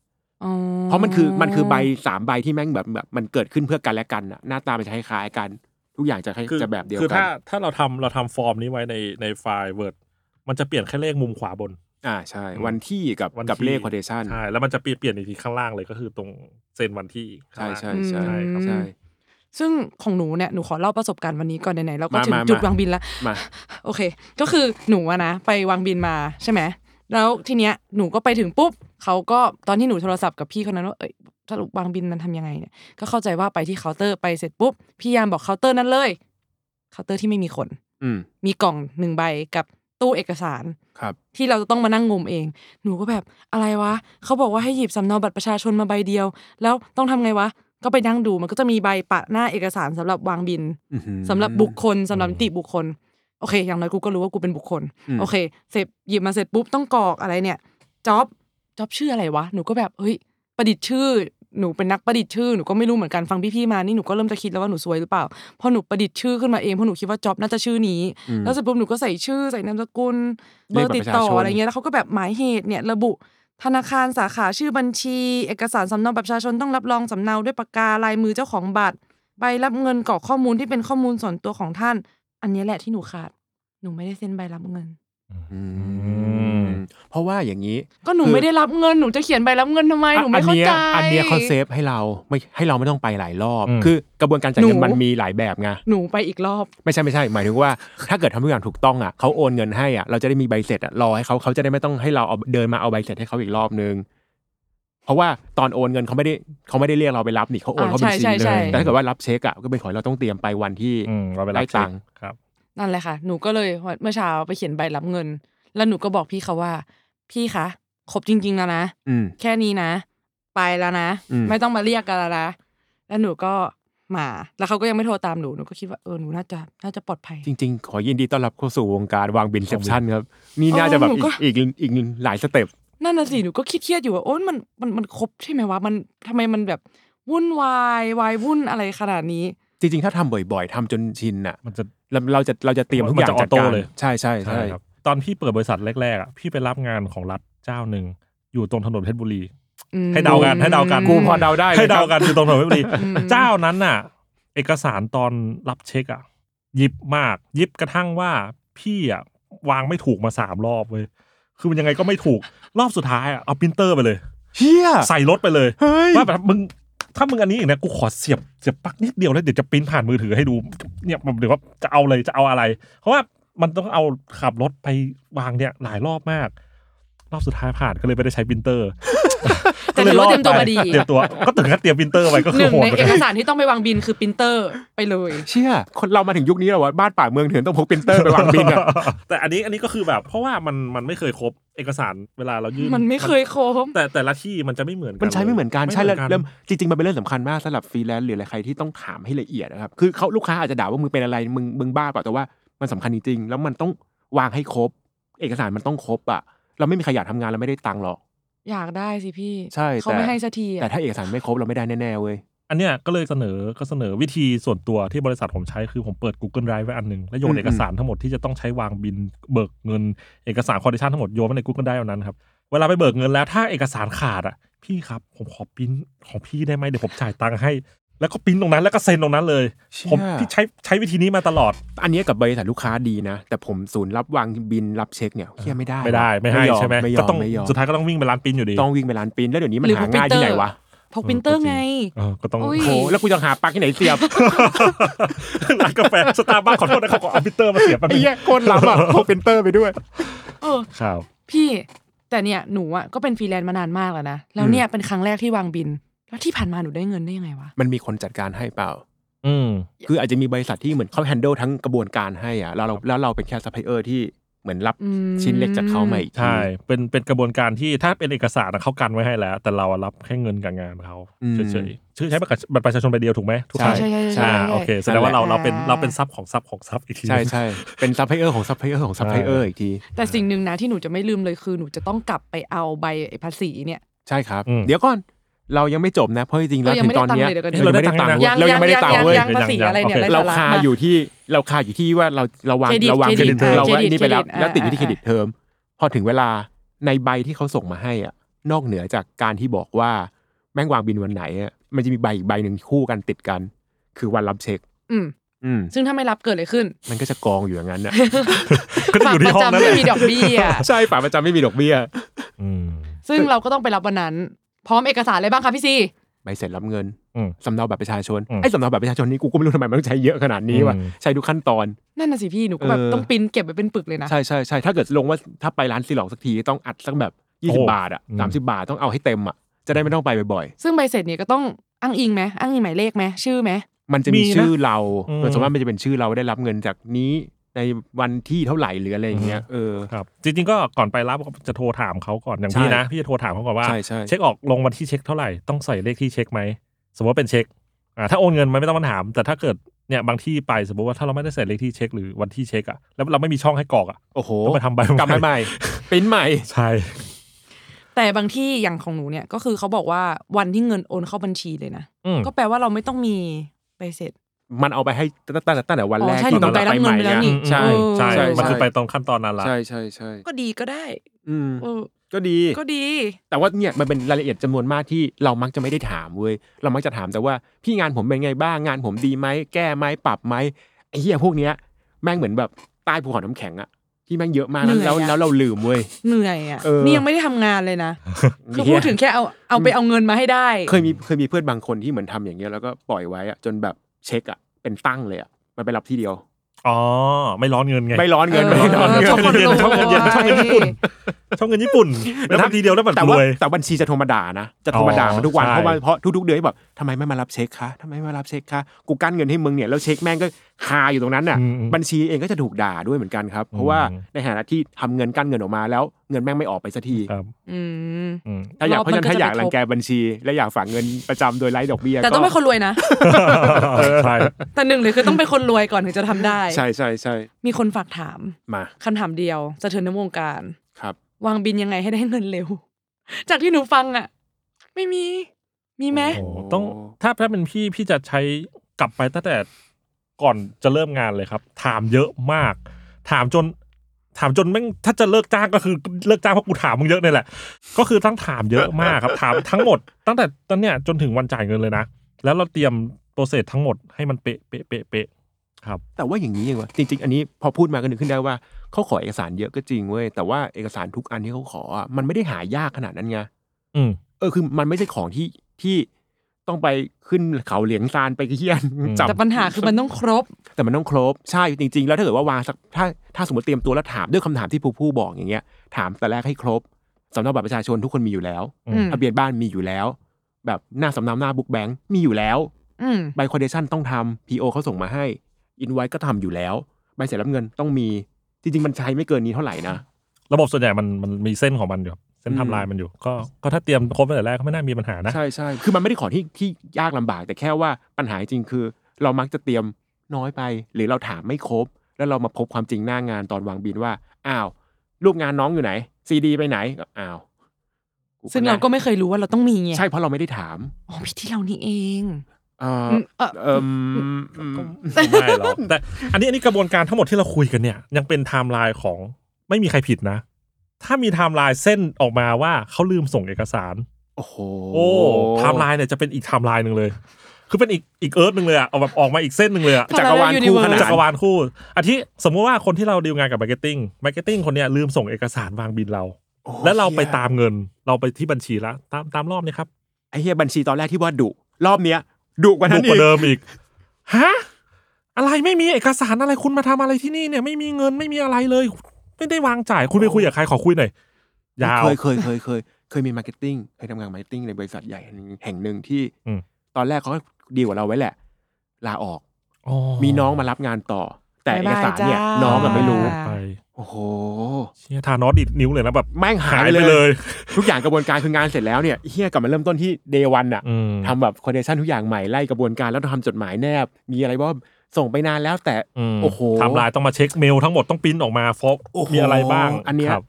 Speaker 4: เพราะมันคือมันคือใบสามใบที่แม่งแบบแบบมันเกิดขึ้นเพื่อกันและกันน่ะหน้าตามันจะคล้ายๆกัน ทุกอย่างจะคล้ายจะแบบเดียว
Speaker 5: คือ
Speaker 4: กั
Speaker 5: ถ้าน ถ้าเราทำเราทำฟอร์มนี้ไว้ในในไฟล์ Word มันจะเปลี่ยนแค่เลขมุมขวาบน
Speaker 4: อ่าใช่ วันที่กับ
Speaker 5: วัน
Speaker 4: กับ
Speaker 5: ที่
Speaker 4: เลข quotation
Speaker 5: ใช่แล้วมันจะเปลี่ยนเปลี่ยนอีกทีข้างล่างเลยก็คือตรงเซนวันที่ข้าง
Speaker 4: ใช่
Speaker 5: ล่าง
Speaker 4: ใช่ใช่
Speaker 5: ใช่ครับ
Speaker 4: ใช่
Speaker 2: ซึ่งของหนูเนี่ยหนูขอเล่าประสบการณ์วันนี้ก่อนไหนๆเราก็
Speaker 4: มา
Speaker 2: ถึง
Speaker 4: มา
Speaker 2: จุด
Speaker 4: มา
Speaker 2: วางบินละ
Speaker 4: มา
Speaker 2: โอเค ก็คือหนูอะนะไปวางบินมาใช่ไหม แล้วทีเนี้ยหนูก็ไปถึงปุ๊บเขาก็ตอนที่หนูโทรศัพท์กับพี่คนนั้นว่าเอ้ยสรุปวางบินมันทำยังไงเนี่ย ก็เข้าใจว่าไปที่เคาน์เตอร์ไปเสร็จปุ๊บพี่ยามบอกเคาน์เตอร์นั้นเลยเคาน์เตอร์ที่ไม่มีคน
Speaker 4: อืม
Speaker 2: มีกล่องหนึ่งใบกับตู้เอกสาร
Speaker 4: ครับ
Speaker 2: ที่เราจะต้องมานั่งงมเอง หนูก็แบบอะไรวะ เขาบอกว่าให้หยิบสำเนาบัตรประชาชนมาใบเดียว แล้วต้องทำไงวะ ก็ไปนั่งดูมันก็จะมีใบปะหน้าเอกสารสำหรับวางบิน
Speaker 4: อื้อหือ
Speaker 2: สำหรับบุคคลสำหรับนิติบุคคล โอเค อย่างน้อยกูก็รู้ว่ากูเป็นบุคคล
Speaker 4: อืม
Speaker 2: โอเค เสร็จหยิบมาเสร็จปุ๊บต้องกรอกอะไรเนี่ยจ็อบจ็อบชื่ออะไรวะ หนูก็แบบเฮ้ย ประดิษฐ์ชื่อ หนูเป็นนักประดิษฐ์ชื่อ หนูก็ไม่รู้เหมือนกันฟังพี่ๆมา นี่หนูก็เริ่มจะคิดแล้วว่าหนูซวยหรือเปล่า พอหนูประดิษฐ์ชื่อขึ้นมาเองเพราะหนูคิดว่าจ็อบน่าจะชื่อนี้
Speaker 4: อืม
Speaker 2: แล้วเสร็จปุ๊บหนูก็ใส่ชื่อใส่นามสกุล เบ
Speaker 4: เล
Speaker 2: อร์
Speaker 4: ขบัตร
Speaker 2: ติดต่อ
Speaker 4: ประชาชน
Speaker 2: อะไรเงี้ย แล้วเขาก็แบบหมายเหตุเนี่ยระบุ ธนาคารสาขาชื่อบัญชี เอกสารสำเนาบัตรประชาชนต้องรับรองสำเนาด้วยปากกาลายมือเจ้าของบัตร ใบรับเงินกรอกข้อมูลที่เป็นข้อมูลส่วนตัวของท่าน อันเนี้ยแหละที่หนูขาด หนูไม่ได้เซ็นใบรับเงิน
Speaker 4: อืมเพราะว่าอย่างนี้
Speaker 2: ก็หนู
Speaker 4: คือ
Speaker 2: ไม่ได้รับเงินหนูจะเขียนใบรับเงินทำไมหนูไม่เข้าใจ
Speaker 4: อันเนี้ยเขาเซฟให้เราไม่ให้เราไม่ต้องไปหลายรอบ
Speaker 5: อืม
Speaker 4: คือกระบวนการจ่ายเงิน
Speaker 2: หนู
Speaker 4: มันมีหลายแบบไง
Speaker 2: หนูไปอีกรอบ
Speaker 4: ไม่ใช่ไม่ใช่หมายถึงว่า ถ้าเกิดทำทุกอย่างถูกต้องอ่ะเขาโอนเงินให้อ่ะเราจะได้มีใบเสร็จอ่ะรอให้เขาเขาจะได้ไม่ต้องให้เราเอาเดินมาเอาใบเสร็จให้เขาอีกรอบนึง เพราะว่าตอนโอนเงินเขาไม่ได้เขาไม่ได้เรียกเราไปรับนี่เขาโอน
Speaker 2: อ่า
Speaker 4: เขาบัญชี
Speaker 2: ใช่
Speaker 4: เล
Speaker 2: ใช่
Speaker 4: ย
Speaker 2: ใช่
Speaker 4: แต่ถ้าเกิดว่ารับเช็คอ่ะก็เป็นของเราต้องเตรียมไปวันที่
Speaker 5: อืมเราไปรับ
Speaker 4: ได้ตังค์
Speaker 5: เช็คครับ
Speaker 2: นั่นแหละค่ะ หนูก็เลยเมื่อเช้าไปเขียนใบรับเงิน แล้วหนูก็บอกพี่เขาว่า พี่คะครบจริง ๆ แล้วนะ
Speaker 4: อืม
Speaker 2: แค่นี้นะ ไปแล้วนะ
Speaker 4: อืม
Speaker 2: ไม่ต้องมาเรียกกันแล้วนะ แล้วหนูก็มา แล้วเขาก็ยังไม่โทรตามหนู หนูก็คิดว่าเออหนูน่าจะน่าจะปลอดภัย
Speaker 4: จริง ๆ ขอยินดีต้อนรับเข้าสู่วงการวางบินเซปชั่นครับนี่น่าจะแบบ
Speaker 2: เออหนูก็
Speaker 4: อีกอีกอีกหลายสเต็ป
Speaker 2: นั่นน่ะสิหนูก็คิดเครียดอยู่ว่าโอ้ยมันมันมันครบใช่ไหมวะมันทำไมมันแบบวุ่นวายวายวุ่นอะไรขนาดนี้
Speaker 4: จริง ๆ ถ้าทำบ่อย ๆทำจนชินอ่ะ
Speaker 5: มันจะ
Speaker 4: เราเราจะเราจะเตรียมทุกอย่าง
Speaker 5: มันจะ
Speaker 4: จัดกา
Speaker 5: อ
Speaker 4: ร
Speaker 5: อโต้เลย
Speaker 4: ใช่ใช่ใช่
Speaker 5: ใช่ครับตอนพี่เปิดบริษัทแรกๆอ่ะพี่ไปรับงานของรัฐเจ้าหนึ่งอยู่ตรงถนนเพชรบุรี
Speaker 2: อืม
Speaker 5: ให้เดากันให้เดากัน
Speaker 4: กูพอเดาได้ลย
Speaker 5: ให้เดา
Speaker 4: ค
Speaker 5: กั
Speaker 4: รับ
Speaker 5: นอยู่ตรงถนนเพชรบุรี
Speaker 2: อืม
Speaker 5: เจ้านั้นน่ะ เอกสารตอนรับเช็คอ่ะยิบมากยิบกระทั่งว่าพี่อ่ะวางไม่ถูกมาสามรอบเว้ยคือมันยังไงก็ไม่ถูกรอบสุดท้ายอ่ะเอาปรินเตอร์ไปเลย
Speaker 4: เฮีย
Speaker 5: ใส่รถไปเลย
Speaker 4: เฮ้ย
Speaker 5: ว่าแบบมึงถ้ามึงอันนี้อีกนะกูขอเสียบเสียบปลั๊กนิดเดียวแล้วเดี๋ยวจะปริ้นผ่านมือถือให้ดูเนี่ยผมเดี๋ยวว่าจะเอาเลยจะเอาอะไร เพราะว่ามันต้องเอาขับรถไปวางเนี่ยหลายรอบมาก รอบสุดท้ายผ่านก็เลยไม่ได้ใช้ปรินเตอร์
Speaker 2: แต่ถือว่าเตรียมตัวมาดี
Speaker 5: เตรียมตัวก็ถึงขั้นเตรียมปรินเตอร์ไว้ก็
Speaker 2: ห
Speaker 5: คือ
Speaker 2: นึ่ง
Speaker 5: โหด
Speaker 2: ใน
Speaker 5: เหมือน
Speaker 2: เอก
Speaker 5: กัน
Speaker 2: สารที่ต้องไปวางบินคือปรินเตอร์ไปเลย
Speaker 4: เชี่ยคนเรามาถึงยุคนี้แล้ววะบ้านป่าเมืองเถื่อนต้องพกปรินเตอร์ไปวางบิน อ่ะ
Speaker 5: แต่อันนี้อันนี้ก็คือแบบ เพราะว่ามันมันไม่เคยครบเอกสารเวลาเรายื่น
Speaker 2: มันไม่เคยครบ
Speaker 5: แต่แต่ละที่มันจะไม่เหมือนกัน
Speaker 4: มันใช้ไม่เหมือนกันใช่แล้ว
Speaker 5: ไน
Speaker 4: เริ่มจริงๆ มันเป็นเรื่องสำคัญมากสำหรับฟรีแลนซ์หรืออะไรใครที่ต้องถามให้ละเอียดนะครับคือเขาลูกค้าอาจจะด่าว่ามึงเป็นอะไรมึงมึงบ้าเปล่าแต่ว่ามันสำคัญจริงๆแล้วมันต้องวางให้ครบ เอกสารมันต้องครบอ่ะเราไม่มีใครอยากทำงานเราไม่ได้ตังค์หรอก
Speaker 2: อยากได้สิพี่
Speaker 4: ใช่
Speaker 2: เขา
Speaker 4: แต่
Speaker 2: ไม่ให้สักที
Speaker 4: แต่
Speaker 2: อะ
Speaker 4: ถ้าเอกสารไม่ครบเราไม่ได้แน่ๆเว้ย
Speaker 5: อันเนี้ยก็เลยเสนอก็เสนอวิธีส่วนตัวที่บริษัทผมใช้คือผมเปิด Google Drive ไว้อันหนึ่งแล้วโยนเอกสารทั้งหมดที่จะต้องใช้วางบินเบิกเงินเอกสารคอนดิชันทั้งหมดโยนไว้ใน Google Drive อันนั้นครับ เวลาไปเบิกเงินแล้ว ถ้าเอกสารขาดอ่ะ พี่ครับผมขอปริ้นของพี่ได้ไหมเดี๋ยวผมจ่ายตังค์ให้ แล้วก็ปริ้นตรงนั้นแล้วก็เซ็นตรงนั้นเลย
Speaker 4: เชี่ย
Speaker 5: ผมพี่ใช้ใช้วิธีนี้มาตลอด
Speaker 4: อันเนี้ยกับบริษัทลูกค้าดีนะ แต่ผมศูนย์รับวางบินรับเช็คเนี่ยเฮียไม่ได้
Speaker 5: ไม่ได้ไม่ให้
Speaker 4: ยอ
Speaker 5: ใช่ไหม
Speaker 4: ไม่ย
Speaker 5: ก็
Speaker 4: อม
Speaker 5: ต้อง
Speaker 4: ไม่ยอม
Speaker 5: สุดท้ายก็ต้องวิ่งไปร้านปริ้นอยู่ดี
Speaker 4: ต้องวิ่งไปร้านปริ้นแล้วเดี๋ยวนี้มัน
Speaker 2: หรือ
Speaker 4: หาง่ายที่ไหนวะ
Speaker 2: พกปรินเตอร์ไง
Speaker 5: เออก็ต้อง
Speaker 2: อุ๊ย
Speaker 4: โหแล้วกูจะหาปลั๊กที่ไหนเสียบ
Speaker 5: ร้านกาแฟสตาร์บัคขอโทษนะเขาก็เอาพิเตอร์มาเสียบไป
Speaker 4: ไอ้เหี้ยโคตรล้ำอ่ะพกปรินเตอร์ไปด้วย
Speaker 2: เออ
Speaker 5: ข่าว
Speaker 2: พี่แต่เนี่ยหนูอ่ะก็เป็นฟรีแลนซ์มานานมากแล้วนะ แล้วเนี่ยเป็นครั้งแรกที่วางบิน แล้วที่ผ่านมาหนูได้เงินได้ยังไงวะ
Speaker 4: มันมีคนจัดการให้เปล่า
Speaker 5: อืม
Speaker 4: คืออาจจะมีบริษัทที่เหมือนเขาแฮนเดิลทั้งกระบวนการให้อ่ะแล้วเราแล้วเราเป็นแค่ซัพพลายเออร์ที่เหมือนรับ
Speaker 2: อืม
Speaker 4: ชิ้นเล็กจากเขาใหม่อีกที
Speaker 5: ใช่ เป็นเป็นกระบวนการที่ถ้าเป็นเอกสารนะเขากันไว้ให้แล้ว แต่เราอะรับแค่เงินกับงานเขาเฉยๆชื่อใช้บัตรประบัตรประชาชนใบเดียวถูกไหมทุก
Speaker 2: ใช่
Speaker 5: ท่าน
Speaker 2: ใช่ใช่ใช่
Speaker 5: อ่า
Speaker 2: ใช่
Speaker 5: โอเคแสดงว่าเรา
Speaker 2: นั่นแหละ
Speaker 5: เราเป็นเราเป็นซับของซับของซับอีกที
Speaker 4: ใช่ใช่เป็นซัพพลายเออร์ของซัพพลายเออร์ของซัพพลายเออร์อีกที
Speaker 2: แต่สิ่งหนึ่งนะที่หนูจะไม่ลืมเลยคือหนูจะต้องกลับไปเอาใบภาษีเนี่ย
Speaker 4: ใช่ครับ
Speaker 5: อืม
Speaker 4: เดี๋ยวก่อนเรายังไม่จบนะ เพราะจริงๆแล้ว
Speaker 2: เรายั
Speaker 4: ถึ
Speaker 2: ง
Speaker 4: งตอนเนี้ย
Speaker 2: ไม่ได้ตังค์เลยเดี๋ยวก่อน
Speaker 4: เรายังไม่ได้ตังค์
Speaker 5: ยัง
Speaker 4: เว้ยเรายัง
Speaker 2: ยัง
Speaker 4: ไม่ได้ตังค์เว้ย
Speaker 2: ภาษีอะไรเนี่ย
Speaker 5: โอเค
Speaker 2: ไสะ
Speaker 4: เรา
Speaker 2: มก
Speaker 4: คาอยู่ที่เราคาอยู่ที่ว่าเราเราวาง
Speaker 2: เครดิต
Speaker 4: เราวาง
Speaker 2: เครดิต
Speaker 4: เครดิตเราวาง
Speaker 2: เครดิต
Speaker 4: นี่ไปแล้ว
Speaker 2: เครดิต
Speaker 4: แล้วติดอยู่ที่
Speaker 2: อ่า
Speaker 4: เครดิตเทอมพอถึงเวลาในใบที่เขาส่งมาให้อ่ะนอกเหนือจากการที่บอกว่าแม่งวางบินวันไหนอ่ะมันจะมีใบอีกใบหนึ่งคู่กันติดกัน คือวันรับเช็ค
Speaker 2: อืม
Speaker 4: อืม
Speaker 2: ซึ่งถ้าไม่รับเกิดอะไรขึ้น
Speaker 4: มันก็จะกองอยู่อย่างนั้นน่ะ
Speaker 5: ก็จะอยู่ที่ห้อง
Speaker 2: ฝากป
Speaker 5: นั่
Speaker 2: ระจำ
Speaker 5: นแห
Speaker 2: ไม่มี
Speaker 5: ละ
Speaker 2: ดอกเบี้ย
Speaker 4: ใช่ป่าประจำไม่มีดอกเบี้ย
Speaker 5: อืม
Speaker 2: ซึ่งเราก็ต้องไปรับวันนั้น พร้อมเอกสารอะไรบ้างคะพี่ซี
Speaker 4: ใบเสร็จรับเงิน
Speaker 5: อืม
Speaker 4: สำเนาบัตรประชาชน
Speaker 5: อืม
Speaker 4: ไอ้สำเนาบัตรประชาชนนี่กูก็ไม่รู้ทำไมมันต้องใช้เยอะขนาดนี้วะ
Speaker 5: อืม
Speaker 4: ใช้ทุกขั้นตอน
Speaker 2: นั่นน่ะสิพี่หนูก็แบบ
Speaker 4: เออ
Speaker 2: ต้องปริ้นเก็บไว้เป็นปึกเลยนะ
Speaker 4: ใช่ใช่ใช่ถ้าเกิดลงว่าถ้าไปร้านซีหลอกสักทีต้องอัดสักแบบยี่
Speaker 5: โอ้
Speaker 4: สิบาทอ่ะ
Speaker 5: อืม
Speaker 4: สามสิบาทต้องเอาให้เต็มอ่ะจะได้ไม่ต้องไปบ่อย
Speaker 2: ซึ่งใบเสร็จเนี่ยก็ต้องอ้างอิงไหมอ้างอิงหมายเลขไหมชื่อไหม
Speaker 4: ๆ มันจะ
Speaker 5: มี
Speaker 4: มี
Speaker 5: นะ
Speaker 4: ชื่อเรา
Speaker 5: อืม
Speaker 4: ส่วนมากมันจะเป็นชื่อเราได้รับเงินจากนี้ในวันที่เท่าไหร่หรืออะไรอย่างเงี้ย
Speaker 5: อืม
Speaker 4: เออ
Speaker 5: ครับ จริงๆก็ก่อนไปรับก็จะโทรถามเขาก่อนอย่างพี่นะ
Speaker 4: ใช่
Speaker 5: พี่จะโทรถามเขาก่อนว่า
Speaker 4: ใช่ใช่
Speaker 5: เช็คออกลงวันที่เช็คเท่าไหร่ต้องใส่เลขที่เช็คไหมสมมติว่าเป็นเช็คอ่าถ้าโอนเงินมันไม่ต้องมาถาม แต่ถ้าเกิดเนี่ยบางที่ไปสมมติว่าถ้าเราไม่ได้ใส่เลขที่เช็คหรือวันที่เช็คอะแล้วเราไม่มีช่องให้กรอกอะ
Speaker 4: โอ้โห
Speaker 5: ต้องไปทำใบ
Speaker 4: กลับมาใหม่ ปริ้นใหม่
Speaker 5: ใช่
Speaker 2: แต่บางที่อย่างของหนูเนี่ยก็คือเขาบอกว่าวันที่เงินโอนเข้าบัญชีเลยนะ
Speaker 5: อืม
Speaker 2: ก็แปลว่าเราไม่ต้องมีใบเสร็จ
Speaker 4: มันเอาไปให้ตั้งแต่ตั้งแต่วัน
Speaker 2: อ๋อ
Speaker 4: แรก
Speaker 2: ใช่
Speaker 4: ที่ต้อง
Speaker 5: หนูไปรับ
Speaker 4: ให
Speaker 2: เงิ
Speaker 4: ม่
Speaker 2: นไปแล้ว
Speaker 4: ไง
Speaker 2: นี่
Speaker 4: ใช่
Speaker 2: เออ
Speaker 5: ใช่
Speaker 4: ใช่
Speaker 5: มันคือ
Speaker 4: ใช่
Speaker 5: ไปตรงขั้นตอนนั้นละ
Speaker 4: ใช่ใช่ใช่
Speaker 2: ก็ดีก็ได้
Speaker 4: อืม
Speaker 2: เออ
Speaker 4: ก็ดี
Speaker 2: ก็ดี
Speaker 4: แต่ว่าเนี่ยมันเป็นรายละเอียดจำนวนมากที่เรามักจะไม่ได้ถามเว้ย เรามักจะถามแต่ว่าพี่งานผมเป็นไงบ้าง งานผมดีไหม แก้ไหม ปรับไหมไอ้เหี้ยพวกเนี้ยแม่งเหมือนแบบใต้ภูเขาน้ำแข็งอะที่แม่งเยอะมากนะ
Speaker 2: เหนื่อยอะ
Speaker 4: แล้วแล้วเราลืมเว้ย
Speaker 2: เหนื่อยอ่ะ
Speaker 4: เออ
Speaker 2: นี่ยังไม่ได้ทำงานเลยนะ คือ
Speaker 4: ไเหี้
Speaker 2: พูด
Speaker 4: ย
Speaker 2: ถึงแค่เอาเอาไปเอาเงินมาให้ได้
Speaker 4: เคยมีเคยมีเพื่อนบางคนที่เหมือนทำอย่างเงี้ยแล้วก็ปล่อยไว้อะจนแบบเช็คอะเป็นตั้งเลยอะมันไปรับที่เดียว
Speaker 5: อ๋อ ไม่ร้อนเงินไง
Speaker 4: ไม่ร้อนเงิน
Speaker 2: เออ
Speaker 4: ไม่ร้อนเงิ
Speaker 5: ชอบคน
Speaker 4: น
Speaker 5: เย็นชอบคนเย็นชอบคนญี่ปุ่น ชอบเงินญี่ปุ่นแล้วทำทีเดียวแล้วมัน
Speaker 4: แต่
Speaker 5: ร
Speaker 4: ว่า
Speaker 5: วย
Speaker 4: แต่บัญชีจะโทรมาด่านะจะโทรมาด่ามันทุกวัน
Speaker 5: อ๋อใช่
Speaker 4: เพราะว่าเพราะทุกๆเดือนที่แบบทำไมไม่มารับเช็คคะทำไมไม่มารับเช็คคะกูกั้นเงินให้มึงเนี่ยแล้วเช็คแม่งก็คาอยู่ตรงนั้นน่ะ
Speaker 5: อืมอืม
Speaker 4: บัญชีเองก็จะถูกด่าด้วยเหมือนกันครับ
Speaker 5: อืม
Speaker 4: เพราะว่าในฐานะที่ทำเงินกั้นเงินออกมาแล้วเงินแม่งไม่ออกไปสักที
Speaker 5: ครับ
Speaker 2: อืม
Speaker 5: อืม
Speaker 4: ถ้าอยาก
Speaker 2: รอบ
Speaker 4: เพราะฉะนั้น
Speaker 2: มันก็
Speaker 4: ถ้า
Speaker 2: จะ
Speaker 4: อยาก
Speaker 2: ไป
Speaker 4: รัง
Speaker 2: ทบ
Speaker 4: แกบัญชี และอยากฝากเงินประจำโดยไร้ดอกเบี้ย
Speaker 2: แต่
Speaker 4: ก็
Speaker 2: ต้องเป็นคนรวยนะ
Speaker 5: ใช่
Speaker 2: แต่หนึ่งเลยคือต้องเป็นคนรวยก่อนถึงจะทำได้
Speaker 4: ใช่ใช่ใช่
Speaker 2: มีคนฝากถาม
Speaker 4: มา
Speaker 2: คำถามเดียวสะเทือนในวงการ
Speaker 4: ครับ
Speaker 2: วางบินยังไงให้ได้เงินเร็ว จากที่หนูฟังอ่ะ ไม่มี มีไหม
Speaker 5: โอ้โหต้องถ้าถ้าเป็นพี่พี่จะใช้กลับไปตั้งแต่ก่อนจะเริ่มงานเลยครับ ถามเยอะมาก ถามจน ถามจนแม่งถ้าจะเลิกจ้างก็คือเลิกจ้างเพราะกูถามมึงเยอะเนี่ยแหละ ก็คือต้องถามเยอะมากครับ ถามทั้งหมด ตั้งแต่ตอนเนี้ยจนถึงวันจ่ายเงินเลยนะแล้วเราเตรียมโปรเซสทั้งหมดให้มันเป๊ะเป๊ะเป๊ะเป๊ะครับ
Speaker 4: แต่ว่าอย่างนี้เองวะจริงๆ อันนี้พอพูดมาก็นึกขึ้นได้ว่าเขาขอเอกสารเยอะก็จริงเว้ยแต่ว่าเอกสารทุกอันที่เขาขออะมันไม่ได้หายากขนาดนั้นไง
Speaker 5: อืม
Speaker 4: เออคือมันไม่ใช่ของที่ที่ต้องไปขึ้นเขาเหลียงซานไปเฮียน
Speaker 5: อืม
Speaker 4: จับ
Speaker 2: แต่ปัญหาคือมันต้องครบ
Speaker 4: แต่มันต้องครบใช่จริง ๆ แล้วถ้าเกิดว่าวางสักถ้าถ้าสมมติเตรียมตัวแล้วถามด้วยคำถามที่ผู้ผู้บอกอย่างเงี้ย ถามแต่แรกให้ครบสำเนาบัตรประชาชนทุกคนมีอยู่แล้ว
Speaker 5: อืม
Speaker 4: ทะเบียนบ้านมีอยู่แล้ว แบบหน้าสำเนาหน้าบุ๊กแบงค์มีอยู่แล้ว
Speaker 2: อืม
Speaker 4: ใบคอเดชันต้องทำพีโอเขาส่งมาให้อินไว้ก็ทำอยู่แล้วใบเสร็จรับเงินต้องมีจริง ๆ มันใช้ไม่เกินนี้เท่าไหร่นะ
Speaker 5: ระบบส่วนใหญ่มันมันมีเส้นของมันอยู่ครับเส้น
Speaker 4: อืม
Speaker 5: ไทำลายมันอยู่ ก็ก็ถ้าเตรียมครบตั้งแต่แรกก็ไม่น่ามีปัญหานะ
Speaker 4: ใช่ใช่คือมันไม่ได้ขอที่ที่ยากลำบาก แต่แค่ว่าปัญหาจริงๆคือ เรามักจะเตรียมน้อยไป หรือเราถามไม่ครบ แล้วเรามาพบความจริงหน้างานตอนวางบินว่า อ้าว รูปงานน้องอยู่ไหน ซีดีไปไหน อ้าว
Speaker 2: ซึ่งเราก็ไม่เคยรู้ว่าเราต้องมีไง
Speaker 4: ใช่เพราะเราไม่ได้ถาม
Speaker 2: อ๋อพี่ที่เรานี่เอง
Speaker 4: เอ่อ
Speaker 2: อืมเอ่อ
Speaker 4: เอิ่มอืม
Speaker 5: ไม่หรอกแต่อันนี้อันนี้กระบวนการทั้งหมดที่เราคุยกันเนี่ย ยังเป็นไทม์ไลน์ของไม่มีใครผิดนะ ถ้ามีไทม์ไลน์เส้นออกมาว่าเขาลืมส่งเอกสาร
Speaker 4: โอ้โห
Speaker 5: โอ้ไทม์ไลน์เนี่ยจะเป็นอีกไทม์ไลน์หนึ่งเลย คือเป็นอีกอีกเอิร์ธหนึ่งเลยอะเอาแบบออกมาอีกเส้นหนึ่งเลยอะ
Speaker 4: จักรวาลคู่ขนาน
Speaker 5: จักรวาลคู่อาทิสมมุติว่าคนที่เราดีลงานกับมาร์เก็ตติ้ง มาร์เก็ตติ้งคนเนี้ยลืมส่งเอกสารวางบินเรา
Speaker 4: โอ้
Speaker 5: แล้วเราไป
Speaker 4: หี้ย
Speaker 5: ตามเงิน เราไปที่บัญชีละ ตามตามรอบนี้ครับ
Speaker 4: ไอ้เฮียบัญชีตอนแรกที่ว่าดุรอบเนี้ยดุกว่านั้น
Speaker 5: ดุ
Speaker 4: อี
Speaker 5: กว่าก เดิมอีก ฮะ อะไรไม่มีเอกสารอะไรคุณมาทำอะไรที่นี่เนี่ยไม่มีเงินไม่มีอะไรเลย ไม่ได้วางจ่ายคุณไปคุยกับใครขอคุยหน่อยยาว
Speaker 4: เคยเคยเคยเคยเคยมีมาร์เก็ตติ้งเคยทำงานมาร์เก็ตติ้งในบริษัทใหญ่แห่งหนึ่งที่
Speaker 5: อืม
Speaker 4: ตอนแรกเขาก็ดีลกว่าเราไว้แหละ ลาออก
Speaker 5: อ๋อ
Speaker 4: มีน้องมารับงานต่อ แต่เอกสารเนี่ย
Speaker 2: บ๊ายบายจ้า
Speaker 4: น้องอะไม่รู้
Speaker 5: ไป
Speaker 4: โอ้โห
Speaker 5: เชียทานอสดิดนิ้วเลยนะแบบ
Speaker 4: แม่งหายไปเลย
Speaker 5: เลย
Speaker 4: ทุกอย่างกระบวนการคืองานเสร็จแล้วเนี่ยเฮียกลับมาเริ่มต้นที่เดวันอะ
Speaker 5: อืม
Speaker 4: ทำแบบคอนเดชั่นทุกอย่างใหม่ไล่กระบวนการแล้วทำจดหมายแนบ มีอะไรว่าส่งไปนานแล้วแต่
Speaker 5: ม
Speaker 4: โอ้โห
Speaker 5: ไทม์ไลน์ต้องมาเช็คเมลทั้งหมดต้องปริ้นออกมาฟอบ
Speaker 4: โอ้โห
Speaker 5: มีอะไรบ้าง
Speaker 4: อันเนี้ย
Speaker 5: ครับ